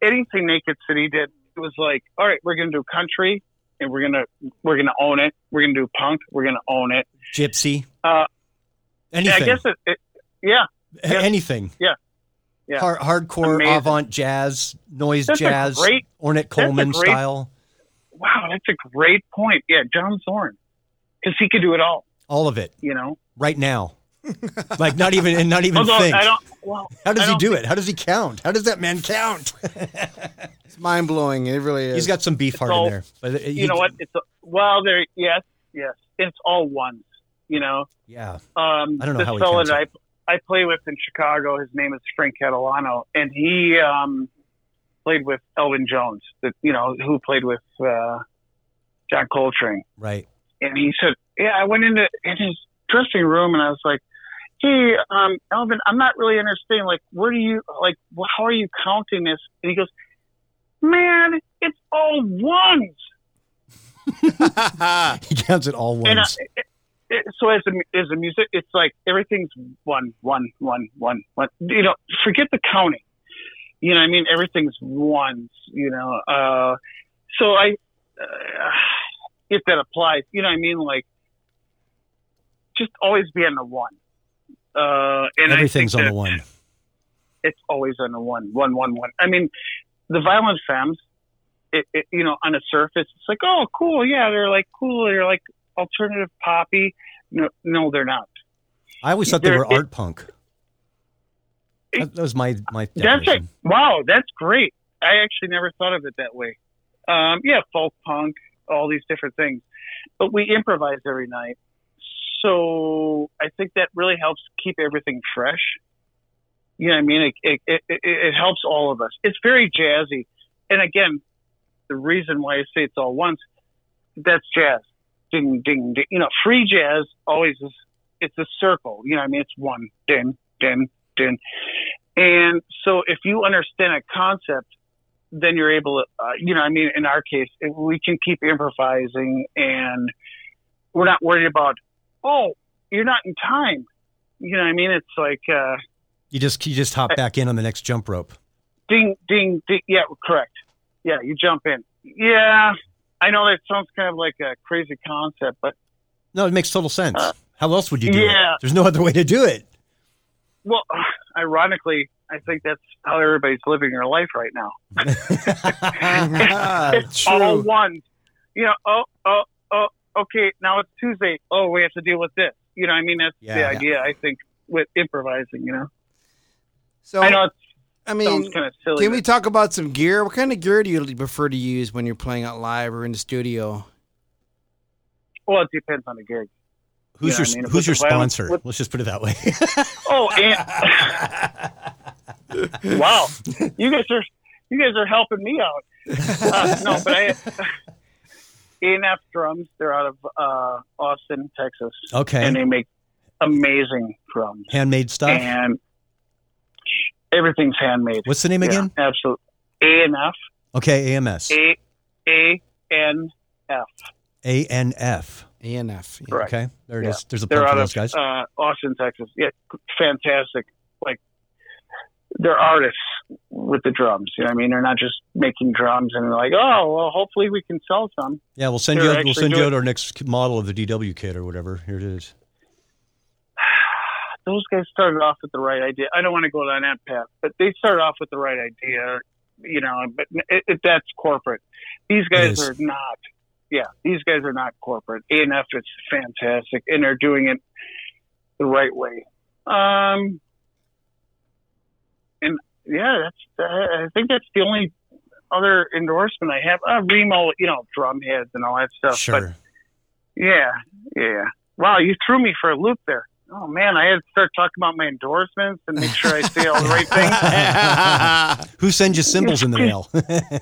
S1: anything Naked City did it was like, all right, we're gonna do country and we're gonna we're gonna own it. We're gonna do punk. We're gonna own it.
S4: Gypsy.
S1: Uh, Yeah, I
S4: anything.
S1: guess it, it yeah, yeah.
S4: anything.
S1: Yeah. Yeah.
S4: Har- hardcore
S1: Amazing.
S4: avant jazz, noise
S1: That's a
S4: jazz,
S1: great-
S4: Ornette Coleman
S1: great-
S4: style,
S1: wow, that's a great point. Yeah, John Zorn, because he could do it all.
S4: all of it
S1: You know,
S4: right now. like not even and not even
S1: although
S4: think.
S1: I don't. Well,
S4: How
S1: I
S4: does he
S1: don't
S4: do it? How does he count? How does that man count?
S2: It's mind blowing. It really is.
S4: He's got some beef heart
S1: all-
S4: in there. But it-
S1: You
S4: he-
S1: know what? It's a, well, there. Yes, yes. It's all ones. You know,
S4: Yeah.
S1: Um,
S4: I don't know
S1: this
S4: how he
S1: fella
S4: counts
S1: that I, I play with in Chicago, his name is Frank Catalano, and he um, played with Elvin Jones, that you know, who played with uh, John Coltrane.
S4: Right.
S1: And he said, "Yeah, I went into in his dressing room, and I was like, gee, um, Elvin, I'm not really understanding. Like, where do you like? wh- How are you counting this?" And he goes, "Man, it's all ones."
S4: He counts it all
S1: And I,
S4: once.
S1: it- it- so as a, as a music, it's like everything's one, one, one, one, one. You know, forget the counting. You know, what I mean, everything's ones. You know, uh, so I, uh, if that applies, you know, what I mean, like, just always be on the one. Uh, and I
S4: Everything's
S1: think
S4: on
S1: that
S4: the one.
S1: It's always on the one, one, one, one. I mean, the violent femmes, it, it, you know, on the surface, it's like, oh, cool, yeah, they're like cool, they're like alternative poppy. No, no, they're not.
S4: I always thought they
S1: there-
S4: were
S1: it-
S4: art punk. That, that was my my
S1: That's it.
S4: definition.
S1: Wow, that's great. I actually never thought of it that way. Um, yeah, folk punk, all these different things, but we improvise every night, so I think that really helps keep everything fresh. You know what I mean? It it, it, it, it helps all of us. It's very jazzy, and again, the reason why I say it's all once, that's jazz. Ding ding ding. You know, free jazz always is. It's a circle. You know what I mean? It's one ding ding ding. And so if you understand a concept, then you're able to, uh, you know, I mean, in our case, if we can keep improvising and we're not worried about, oh, you're not in time. You know what I mean? It's like, uh,
S4: You just you just hop back in on the next jump rope.
S1: ding, ding, ding. Yeah, correct. Yeah, you jump in. Yeah, I know that sounds kind of like a crazy concept, but
S4: No, it makes total sense. How else would you do
S1: Uh, yeah.
S4: it? There's no other way to do it.
S1: well, ironically, I think that's how everybody's living their life right now. it's all
S2: True.
S1: ones. You know, oh, oh, oh, okay, now it's Tuesday. Oh, we have to deal with this. You know, I mean, that's
S4: Yeah,
S1: the
S4: yeah.
S1: idea, I think, with improvising, you know.
S2: So
S1: I know it
S2: I
S1: sounds
S2: mean,
S1: kind of silly.
S2: can we talk about some gear? What kind of gear do you prefer to use when you're playing out live or in the studio?
S1: but, well, it depends on the gig.
S4: Who's
S1: Yeah,
S4: your
S1: I mean, with
S4: Who's your
S1: the violence-
S4: sponsor?
S1: with-
S4: Let's just put it that way.
S1: Oh, and, wow. You guys are you guys are helping me out. Uh, no, but I ANF drums, they're out of uh, Austin, Texas.
S4: Okay.
S1: And they make amazing drums.
S4: Handmade stuff.
S1: And everything's handmade.
S4: What's the name again?
S1: Yeah, absolutely. ANF.
S4: Okay, AMS.
S1: A A N F.
S4: A N F.
S2: ANF. Yeah.
S1: Correct.
S4: Okay, there it is.
S1: Yeah.
S4: There's a plug
S1: They're
S4: for
S1: out
S4: those
S1: of
S4: guys.
S1: uh, Austin, Texas. Yeah, fantastic. Like they're artists with the drums. You know what I mean? They're not just making drums and they're like, oh, well, hopefully we can sell some.
S4: yeah, we'll send
S1: they're
S4: you. out- We'll
S1: actually
S4: send you
S1: doing-
S4: out our next model of the DW kit or whatever. Here it is.
S1: Those guys started off with the right idea. I don't want to go down that path, but they started off with the right idea. You know, but it, it, that's corporate. These guys
S4: is.
S1: are not. Yeah, these guys are not corporate. ANF is fantastic, and they're doing it the right way. Um, and yeah, that's. I I think that's the only other endorsement I have. Uh, Remo, you know, drum heads and all that stuff. But
S4: Sure.
S1: yeah, yeah. Wow, you threw me for a loop there. oh man, I had to start talking about my endorsements and make sure I say all the right things.
S4: Who sends you symbols in the mail?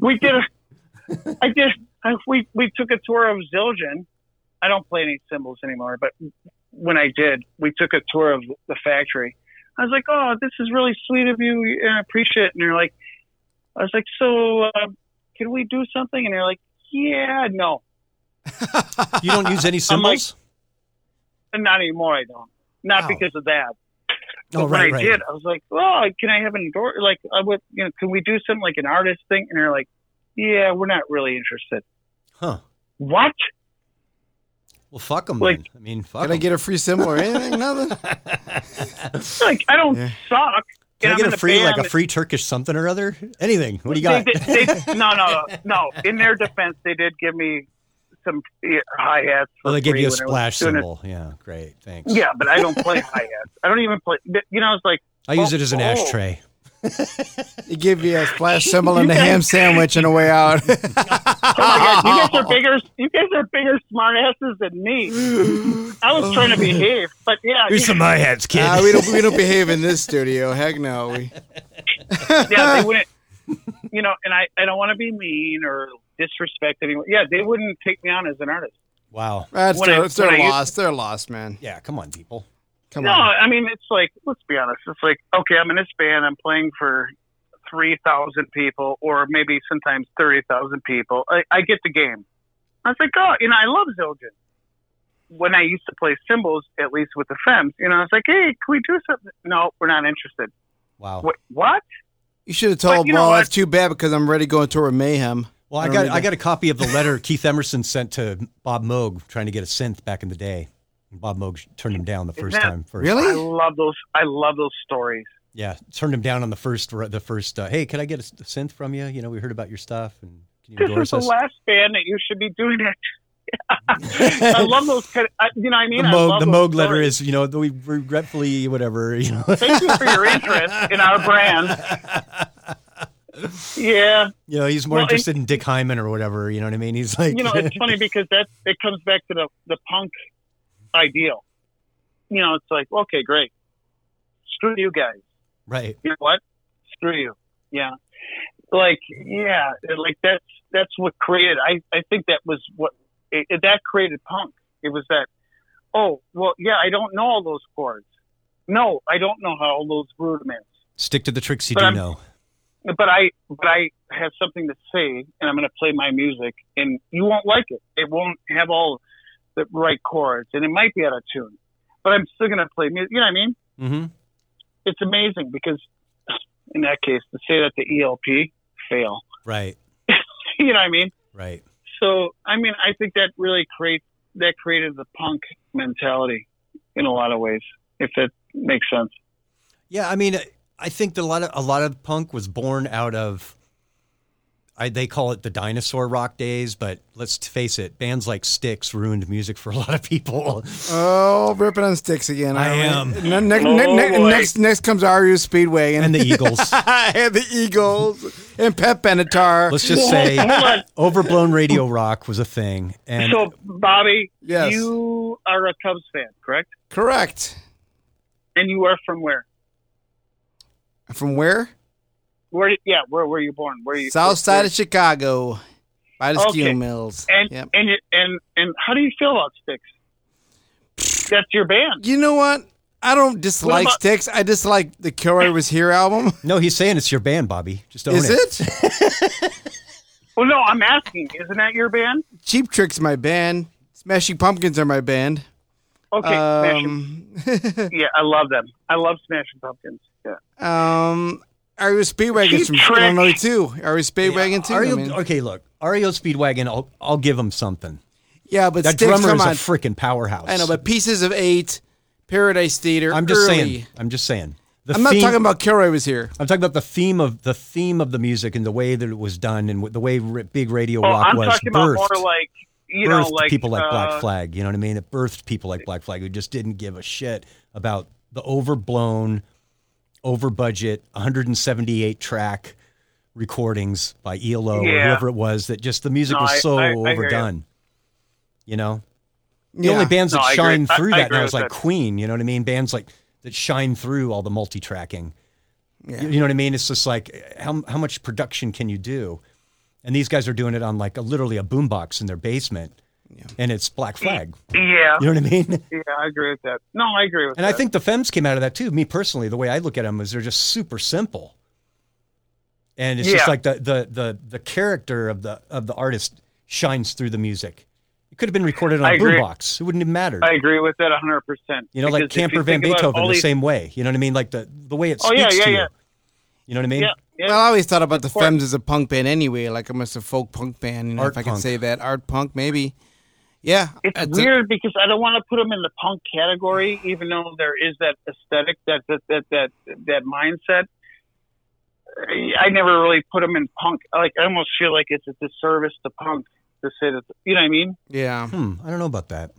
S1: we did. A, I did. I, we we took a tour of Zildjian. I don't play any cymbals anymore, but when I did, we took a tour of the factory. I was like, "Oh, this is really sweet of you, and I appreciate it." And they're like, "I was like, so uh, can we do something?" And they're like, "Yeah, no,
S4: you don't use any symbols?
S1: not anymore. I don't. Not
S4: Wow.
S1: because of that. But
S4: oh,
S1: when
S4: right,
S1: I
S4: right.
S1: did, I was like, "Well, can I have an endor? Like, I would, you know, can we do something like an artist thing?" And they're like, "Yeah, we're not really interested."
S4: Huh.
S1: What?
S4: Well, fuck them.
S1: Like-
S4: I mean, fuck
S2: Can I
S4: 'em.
S2: get a free symbol or anything? Nothing.
S1: Like, I don't
S2: Yeah.
S1: suck.
S4: Can I
S1: I'm
S4: get
S1: in
S4: a free, like
S1: band.
S4: a free Turkish something or other? Anything? What do you got?
S1: They, did- they- no, no, no. In their defense, they did give me some hi hats.
S4: Well, they give you a splash symbol. Yeah, great. Thanks.
S1: Yeah, but I don't play hi hats. I don't even play. You know, it's like
S4: I use it as an
S1: Oh.
S4: ashtray.
S2: They give you a splash symbol and a ham sandwich on the way out.
S1: Oh my God, you guys are bigger. You guys are bigger smartasses than me. I was trying to behave, but yeah, you-
S4: some my hats, kid.
S2: Ah, we don't we don't behave in this studio. Heck no. We
S1: yeah, they wouldn't. You know, and I, I don't want to be mean or disrespect anyone. Yeah, they wouldn't take me on as an artist.
S4: wow.
S2: that's
S1: When I-
S2: their, ah, it's their
S1: when I used-
S2: loss. They're lost, man.
S4: Yeah, come on, people.
S2: Come
S1: No,
S2: on.
S1: I mean it's like let's be honest. It's like okay, I'm in this band. I'm playing for three thousand people, or maybe sometimes thirty thousand people. I, I get the game. I was like, oh, you know, I love Zildjian. When I used to play cymbals, at least with the Femmes, you know, I was like, hey, can we do something? No, we're not interested.
S4: Wow.
S1: What? what?
S2: You should have told
S1: But you
S2: them,
S1: know
S2: well,
S1: what?
S2: that's too bad because I'm ready to go on tour with Mayhem.
S4: Well, I
S2: I
S4: got
S2: read
S4: I got a copy of the letter Keith Emerson sent to Bob Moog trying to get a synth back in the day. And Bob Moog turned him down the first
S1: that-
S4: time. First.
S2: Really?
S1: I love those. I love those stories.
S4: Yeah, turned him down on the first the first. Uh, hey, can I get a s- synth from you? You know, we heard about your stuff, and can you
S1: This is
S4: endorse
S1: the
S4: us?
S1: last band that you should be doing it. I love those. Kind of, I, you know, what I
S4: The
S1: mean, I
S4: Moog,
S1: love
S4: the
S1: those
S4: Moog letter
S1: stories.
S4: is you know we regretfully whatever you know.
S1: Thank you for your interest in our brand. Yeah,
S4: you know, he's more
S1: Well, and-
S4: interested in Dick Hyman or whatever. You know what I mean? He's like,
S1: you know, it's funny because that it comes back to the the punk ideal. You know, it's like okay, great. Screw you guys.
S4: right.
S1: You know what? Screw you. Yeah. Like yeah, like that's that's what created. I I think that was what it, it- that created punk. It was that. Oh well, yeah. I don't know all those chords. No, I don't know how all those rudiments.
S4: Stick to the tricks you
S1: But
S4: do
S1: I'm-
S4: know.
S1: but I but I have something to say, and I'm going to play my music, and you won't like it. It won't have all the right chords, and it might be out of tune, but I'm still going to play music. You know what I mean?
S4: Mm-hmm.
S1: It's amazing because in that case, to say that the ELP fail,
S4: Right.
S1: you know what I mean?
S4: Right.
S1: So I mean, I think that really creates that created the punk mentality in a lot of ways, if that makes sense.
S4: Yeah, I mean, I think that a lot of a lot of punk was born out of. I, they call it the dinosaur rock days, but let's face it, bands like Styx ruined music for a lot of people.
S2: Oh, ripping on sticks again.
S4: I
S2: aren't we? Ne- ne-
S1: Oh,
S2: ne- ne-
S1: boy.
S2: next, next comes RU Speedway
S4: And
S2: and,
S4: the Eagles.
S2: and the Eagles and Pep Benatar.
S4: Let's just say overblown radio rock was a thing. And
S1: so Bobby,
S2: Yes.
S1: you are a Cubs fan, correct?
S2: Correct.
S1: And you are from where?
S2: From where?
S1: Where? Yeah, where were you born? Where you?
S2: South side of Chicago. By the
S1: Okay.
S2: steel mills.
S1: And
S2: Yep.
S1: and you- and and how do you feel about Sticks? That's your band.
S2: You know what? I don't dislike
S1: about-
S2: Sticks. I dislike the Kilroy Was Here album.
S4: no, he's saying it's your band, Bobby. Just own
S2: Is
S4: it.
S2: it?
S1: Well, no, I'm asking. Isn't that your band?
S2: Cheap Trick's my band. Smashing Pumpkins are my band.
S1: Okay, Smashing.
S2: um,
S1: Yeah, I love them. I love Smashing Pumpkins. Yeah.
S2: um, Ario
S1: Cheap
S2: Speedwagon's from
S1: Trick.
S2: Illinois too. Ario Speedwagon too. I
S4: Ario-
S2: mean.
S4: okay, look, Ario Speedwagon, I'll, I'll give him something.
S2: yeah, but
S4: That
S2: Sticks,
S4: drummer
S2: come
S4: is a
S2: on.
S4: freaking powerhouse.
S2: I know, but Pieces of Eight, Paradise Theater.
S4: I'm just
S2: early.
S4: saying. I'm just saying. The
S2: I'm not
S4: theme-
S2: talking about Kilroy was here.
S4: I'm talking about the theme of the theme of the music and the way that it was done and the way r- big radio
S1: Well,
S4: rock
S1: Oh, I'm
S4: was
S1: talking about
S4: birthed,
S1: more like you know,
S4: birthed
S1: like
S4: people like
S1: uh,
S4: Black Flag. You know what I mean? It birthed people like Black Flag who just didn't give a shit about the overblown, over budget, 178 track recordings by ELO or
S1: Yeah.
S4: whoever it was. That just the music
S1: No, I-
S4: was so
S1: I- I hear ya.
S4: overdone. You know, The only bands
S1: No,
S4: that
S1: I agree.
S4: shine
S1: I-
S4: through
S1: I
S4: that
S1: agree
S4: now
S1: with
S4: is like
S1: that.
S4: Queen. You know what I mean? Bands like that shine through all the multi-tracking.
S2: Yeah.
S4: You, you know what I mean? It's just like how how much production can you do? And these guys are doing it on like a, literally a boombox in their basement, and it's Black Flag.
S1: Yeah,
S4: You know what I mean?
S1: yeah, I agree with that. No, I agree with
S4: And
S1: that.
S4: I think the Femmes came out of that too. Me personally, the way I look at them is they're just super simple, and it's just
S1: Yeah.
S4: like the the the the character of the of the artist shines through the music. It could have been recorded on
S1: I
S4: a
S1: agree.
S4: boombox; it wouldn't have mattered.
S1: I agree with that 100%.
S4: You know,
S1: Because if
S4: like
S1: you
S4: Camper Van
S1: think about
S4: Beethoven
S1: all
S4: the
S1: these-
S4: same way. You know what I mean? Like the the way it
S1: Oh,
S4: speaks
S1: yeah, yeah,
S4: to you.
S1: yeah.
S4: You know what I mean?
S1: Yeah, yeah.
S2: Well, I always thought about the
S1: course.
S2: Femmes as a punk band anyway, like almost a folk punk band, you know,
S4: Art
S2: if I can
S4: punk.
S2: say that. Art punk, maybe. Yeah.
S1: it's
S2: that's a-
S1: weird because I don't want to put them in the punk category, even though there is that aesthetic, that that that that, that mindset. I never really put them in punk. Like I almost feel like it's a disservice to punk to say that. You know what I mean?
S2: yeah.
S4: Hmm, I don't know about that.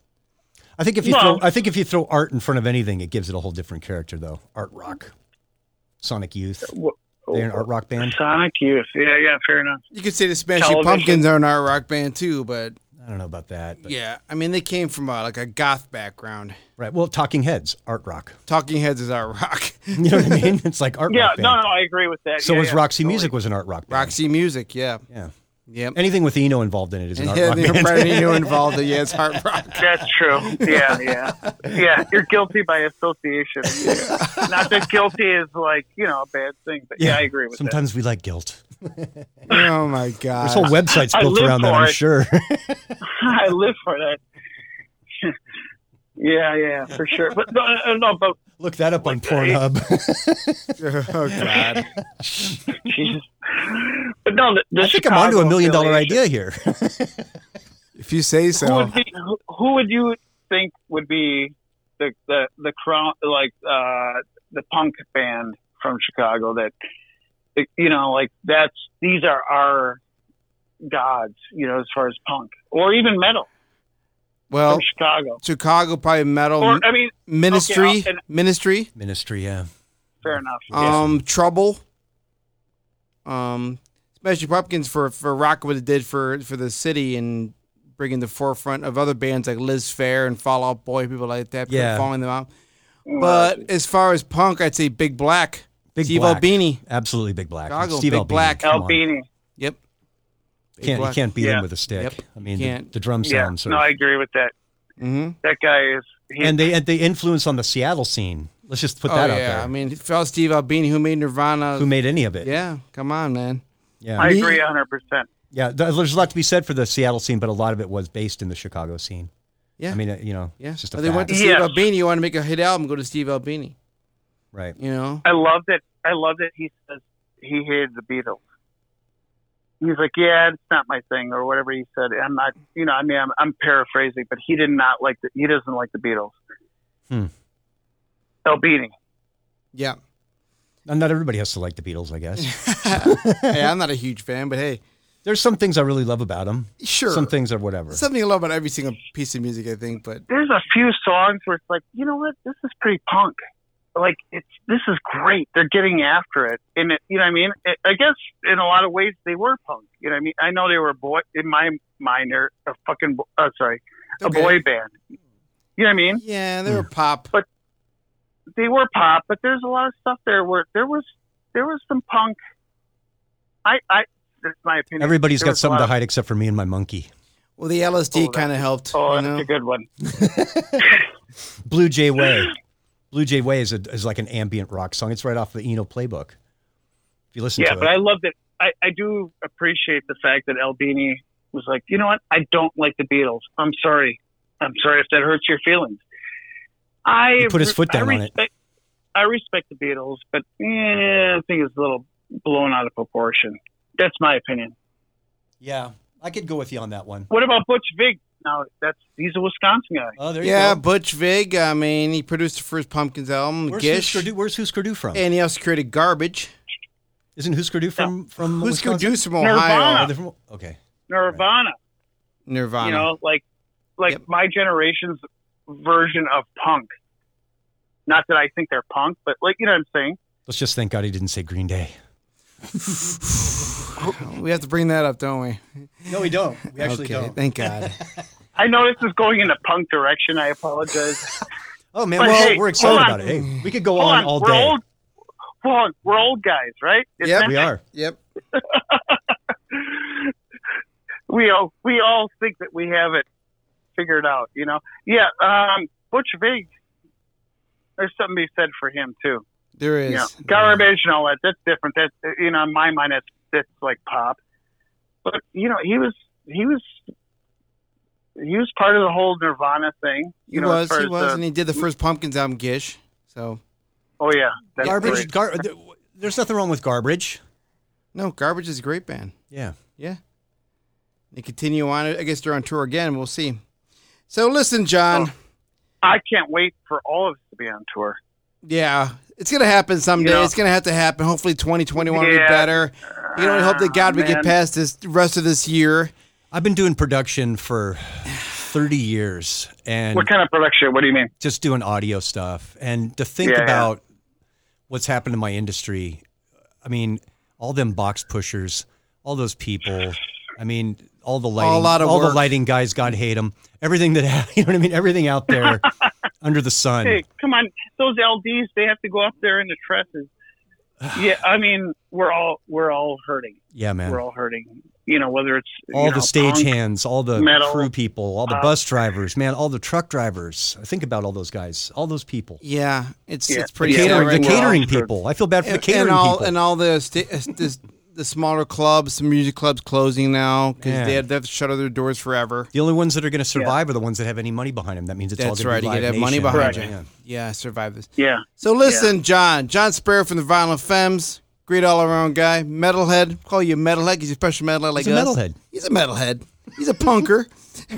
S4: I think if you
S1: Well-
S4: throw I think if you throw art in front of anything, it gives it a whole different character though. Art rock. Sonic Youth. They're an art rock band.
S1: Sonic Youth. Yeah, yeah, fair enough.
S2: You could say the Smashing
S1: Television.
S2: Pumpkins are an art rock band too, but
S4: I don't know about that. but-
S2: yeah, I mean they came from uh, like a goth background.
S4: Right. Well, Talking Heads, art rock.
S2: Talking Heads is art rock.
S4: You know what I mean? It's like art
S1: Yeah,
S4: rock band.
S1: no, no, I agree with that.
S4: so
S1: yeah,
S4: was
S1: yeah,
S4: Roxy
S1: totally.
S4: Music was an art rock band.
S2: Roxy Music, yeah,
S4: Yeah.
S2: yep.
S4: Anything with Eno involved in it is
S2: And
S4: an art
S2: yeah,
S4: rock
S2: they were
S4: band.
S2: probably new involved. Yeah, it's art rock.
S1: That's true. Yeah, yeah, yeah. You're guilty by association. Yeah. Not that guilty is like you know a bad thing, but yeah, I agree with
S4: Sometimes we like guilt.
S2: Oh my
S4: This whole
S2: god.
S4: website's
S1: I
S4: built
S1: live
S4: around that,
S1: for
S4: I'm
S1: it.
S4: sure.
S1: that. I live for that. yeah, yeah, for sure. But no, no, no, but
S4: Look that up on Pornhub.
S2: oh god.
S1: Jesus. But no, the, the
S4: I think I'm onto a
S1: Chicago
S4: million dollar
S1: affiliation-
S4: idea here.
S2: If you say
S1: Who
S2: so.
S1: would, be, who, who would you think would be the the the crown like uh, the punk band from Chicago that you know like that's these are our gods you know as far as punk or even metal
S2: Well,
S1: from Chicago
S2: Chicago probably metal
S1: or I mean
S2: ministry,
S1: okay, I'll- and-
S2: ministry.
S4: Ministry, yeah.
S1: fair enough
S4: Uh,
S2: Um, Trouble. Um, Smashing Pumpkins for for rock what it did for for the city and bringing the forefront of other bands like Liz Fair and Fall Out Boy, people like that, people
S4: Yeah.
S2: following them out. But as far as punk, I'd say Big Black,
S4: Big
S2: Steve
S4: Black.
S2: Albini.
S4: Absolutely Big Black.
S2: Chicago,
S4: Steve
S2: Big
S4: Albini.
S2: Black.
S4: Come on.
S1: Albini
S2: Yep. Big
S4: Can't, you
S2: Black.
S4: can't beat
S1: Yeah.
S4: him with a stick.
S2: Yep.
S4: I mean, the,
S2: Can't.
S4: the drum
S1: yeah
S4: sounds are.
S1: no I agree with that
S2: hmm
S1: that guy is he,
S4: and they and the influence on the Seattle scene. Let's just put
S2: Oh
S4: that
S2: yeah,
S4: out there.
S2: I mean, fell Steve Albini, who made Nirvana.
S4: Who made any of it?
S2: yeah, come on, man.
S4: Yeah.
S1: I agree hundred percent
S4: yeah. th- There's a lot to be said for the Seattle scene, but a lot of it was based in the Chicago scene.
S2: Yeah.
S4: I mean, uh, you know,
S2: Yeah,
S4: it's just a
S2: Or they went
S4: fact.
S2: to Steve
S1: Yes.
S2: Albini. You want to make a hit album? Go to Steve Albini.
S4: right.
S2: You know,
S1: I love that. I love that he says he hated the Beatles. He's like, yeah, it's not my thing, or whatever he said. I'm not, you know, I mean, I'm, I'm paraphrasing, but he did not like the, he doesn't like the Beatles.
S4: Hmm.
S1: Albini.
S2: yeah.
S4: And not everybody has to like the Beatles, I guess.
S2: hey, I'm not a huge fan, but hey,
S4: There's some things I really love about them.
S2: sure.
S4: Some things are whatever.
S2: Something I love about every single piece of music, I think, but
S1: There's a few songs where it's like, you know what, this is pretty punk. Like, it's this is great. They're getting after it, and it, you know, what I mean, it, I guess in a lot of ways they were punk. You know, what I mean, I know they were boy in my mind they're a fucking bo- uh, sorry,
S2: Okay.
S1: a boy band. You know what I mean?
S2: Yeah, they were
S4: Mm.
S2: pop.
S1: they were pop, but there's a lot of stuff there where there was there was some punk. I I that's my opinion.
S4: Everybody's
S1: There
S4: got
S1: was a lot
S4: something to
S1: of-
S4: hide except for me and my monkey.
S2: Well, the LSD
S1: Oh, that-
S2: kind of helped.
S1: Oh,
S2: you
S1: that's
S2: know?
S1: a good one.
S4: Blue Jay Way. Blue Jay Way is, a, is like an ambient rock song. It's right off the Eno playbook. If you listen
S1: Yeah,
S4: to
S1: but
S4: it,
S1: I love that. I I do appreciate the fact that Albini was like, you know what? I don't like the Beatles. I'm sorry. I'm sorry if that hurts your feelings. I
S4: He put his foot
S1: I
S4: down on it.
S1: respect- I respect the Beatles, but eh, I think it's a little blown out of proportion. That's my opinion.
S4: yeah, I could go with you on that one.
S1: What about Butch Vig? Now that's he's a Wisconsin guy.
S4: Oh, there you
S2: yeah,
S4: go.
S2: Butch Vig. I mean, he produced the first Pumpkins album,
S4: Where's
S2: Gish,
S4: Husker Du? Where's Husker Du from?
S2: and he also created Garbage.
S4: Isn't Husker Du from from
S2: Who's
S4: Wisconsin?
S2: produced from Ohio?
S4: Are they from- okay.
S1: Nirvana.
S2: Nirvana.
S1: you know, like like
S2: Yep.
S1: my generation's version of punk. Not that I think they're punk, but like you know what I'm saying.
S4: Let's just thank God he didn't say Green Day.
S2: We have to bring that up, don't we?
S4: No, we don't. We
S2: okay, thank God.
S1: I know this is going in a punk direction. I apologize.
S4: Oh man,
S1: But
S4: we're, all-
S1: hey,
S4: we're excited
S1: hold
S4: about
S1: on.
S4: it. Hey, we could go
S1: Hold
S4: on,
S1: on,
S4: all
S1: we're
S4: day.
S1: old. Hold on, we're old guys, right? It's
S2: Yep.
S1: meant
S4: We are.
S2: Yep.
S1: we all we all think that we have it figured out, you know. Yeah, um, Butch Vig. There's something to be said for him too.
S2: There
S1: You
S2: is.
S1: know, garbage and all that. That's different. That's you know, in my mind, that's that's like pop. But you know, he was he was he was part of the whole Nirvana thing.
S2: He
S1: You know, as
S2: was.
S1: far
S2: He
S1: as
S2: was,
S1: the-
S2: and he did the first Pumpkins album, Gish. So
S1: oh yeah, that's
S4: Garbage.
S1: great.
S4: Gar- th- there's nothing wrong with garbage.
S2: no, Garbage is a great band.
S4: Yeah.
S2: Yeah. They continue on. I guess they're on tour again. We'll see. So listen,
S4: Oh.
S2: John.
S1: I can't wait for all of us to be on tour.
S2: Yeah, it's gonna happen someday.
S1: Yeah.
S2: It's gonna have to happen. Hopefully, 2021 will be
S1: Yeah.
S2: better. You know, I hope that God we
S4: Oh,
S1: man.
S2: get past this rest of this year.
S4: I've been doing production for 30 years and
S1: What kind of production? What do you mean?
S4: just doing audio stuff. And to think
S1: Yeah.
S4: about what's happened to my industry, I mean, all them box pushers, all those people, I mean, all the lighting,
S2: lot of
S4: all the
S2: work.
S4: lighting guys, God hate them. Everything that, you know what I mean? Everything out there under the sun.
S1: Hey, come on, those LDs, they have to go up there in the trusses. yeah, I mean, we're all we're all hurting.
S4: yeah, man.
S1: We're all hurting. You know, whether it's you
S4: all
S1: know,
S4: the stage
S1: punk,
S4: hands, all the
S1: metal, uh,
S4: crew people, all the
S1: pop.
S4: bus drivers, man, all the truck drivers. I think about all those guys, all those people.
S2: Yeah, it's
S1: Yeah.
S2: it's pretty
S1: Yeah,
S2: sad
S4: catering,
S2: right
S4: the
S2: now.
S1: we're all
S4: catering
S1: screwed.
S4: people. I feel bad for the
S2: and,
S4: catering
S2: and all
S4: people.
S2: and all the sta- the, the smaller clubs, the music clubs closing now because
S4: Yeah.
S2: they, have- they have to shut their doors forever.
S4: the only ones that are going to survive are the ones that have any money behind them. That means it's
S2: That's
S4: all going
S2: right, you
S4: to be
S2: gotta
S4: Live
S2: have money
S4: Nation.
S2: behind
S1: Correct.
S2: you. Yeah, survive this.
S1: Yeah,
S2: So listen, John, John Sparrow from the Violent Femmes, great all around guy, metalhead. Call you a metalhead because you're a special metalhead like
S4: He's a
S2: us.
S4: metalhead.
S2: He's a metalhead. He's a punker,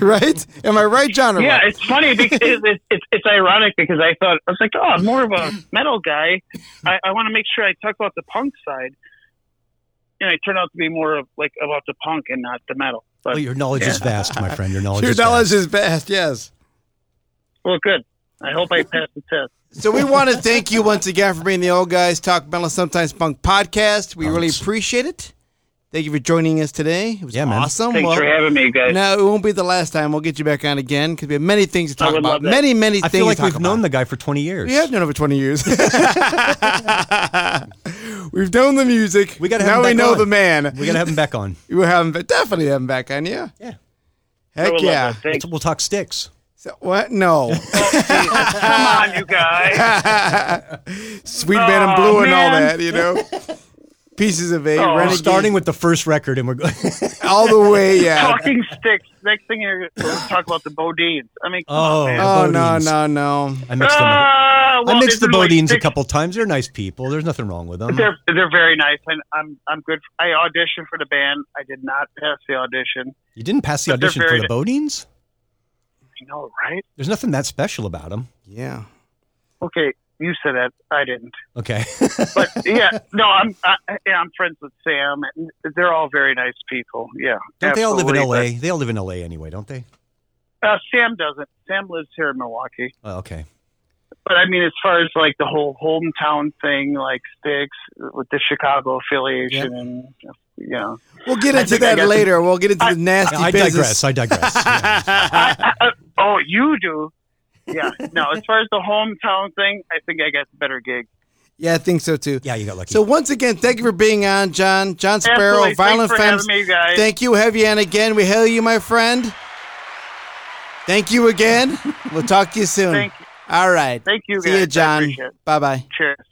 S2: right? Am I right, John? or
S1: yeah.
S2: what?
S1: It's funny because it's, it's it's ironic because I thought I was like, oh, I'm more of a metal guy. I, I want to make sure I talk about the punk side, and I turned out to be more of like about the punk and not the metal. But
S4: Well, your knowledge is vast, my friend. Your knowledge
S2: Your
S4: is
S2: knowledge
S4: vast.
S2: is best. Yes.
S1: well, good. I hope I passed the test.
S2: So we want to thank you once again for being the old guys talk metal sometimes punk podcast. We really
S4: Punks.
S2: appreciate it. Thank you for joining us today. It was
S4: Yeah, man.
S2: awesome.
S1: Thanks
S2: Well,
S1: for having me, guys.
S2: no, it won't be the last time. We'll get you back on again because we have many things to talk
S1: would
S2: about.
S1: love that.
S2: Many, many
S4: I
S2: things.
S4: feel like
S2: to talk
S4: we've known
S2: about.
S4: the guy for 20 years.
S2: We have known over twenty years. we've known the music.
S4: We gotta have
S2: now
S4: him
S2: we
S4: back
S2: know
S4: on.
S2: the man.
S4: We got to have him back on.
S2: We'll have him, definitely have him back on. Yeah.
S4: Yeah.
S1: I
S2: Heck
S1: would love
S2: yeah.
S1: that. Thanks.
S4: We'll talk sticks.
S2: So, what? No.
S1: Come on, you guys.
S2: Sweet Man and
S1: Aw,
S2: Blue and all
S1: Oh, man. Oh.
S2: that, you know. Pieces of A,
S1: Aw.
S4: We're
S2: Renegade,
S4: starting with the first record, and we're going.
S2: all the way, yeah.
S1: talking sticks. Next thing you're going to talk about the Bodines. I mean, come
S4: Oh.
S1: on, man.
S2: Oh no,
S4: Bodines.
S2: no, no.
S4: I mixed them. up.
S1: Ah, well,
S4: I mixed the
S1: there's really
S4: Bodines a
S1: six-
S4: couple times. They're nice people. There's nothing wrong with them.
S1: They're they're very nice, and I'm I'm good. I auditioned for the band. I did not pass the audition.
S4: You didn't pass the
S1: But they're
S4: audition for
S1: very
S4: the Bodines?
S1: I know, right?
S4: There's nothing that special about them.
S2: Yeah.
S1: Okay, you said that. I didn't.
S4: Okay.
S1: But yeah, no, I'm I, yeah, I'm friends with Sam, and they're all very nice people. Yeah,
S4: Don't they all live in
S1: absolutely.
S4: LA? They all live in LA anyway, don't they?
S1: But, uh, Sam doesn't. Sam lives here in Milwaukee.
S4: Oh, okay.
S1: but I mean, as far as like the whole hometown thing, like Sticks with the Chicago affiliation, and you know,
S2: We'll get
S1: I
S2: into
S1: think I
S2: that
S1: got
S2: later. We'll get into
S1: I-
S2: the nasty
S4: I
S2: business.
S4: digress. I digress. Yeah.
S1: I, I, oh, you do, yeah. No, as far as the hometown thing, I think I got the better gig.
S2: Yeah, I think so too.
S4: Yeah, you got lucky.
S2: So once again, thank you for being on, John. John Sparrow,
S1: Absolutely.
S2: Violent
S1: Thanks for
S2: Femmes.
S1: having me, guys.
S2: Thank you. Have you on again. We hail you, my friend. Thank you again. we'll talk to you soon.
S1: Thank you.
S2: All right.
S1: Thank you,
S2: See
S1: guys. I
S2: you, John.
S1: appreciate it.
S2: Bye bye.
S1: Cheers.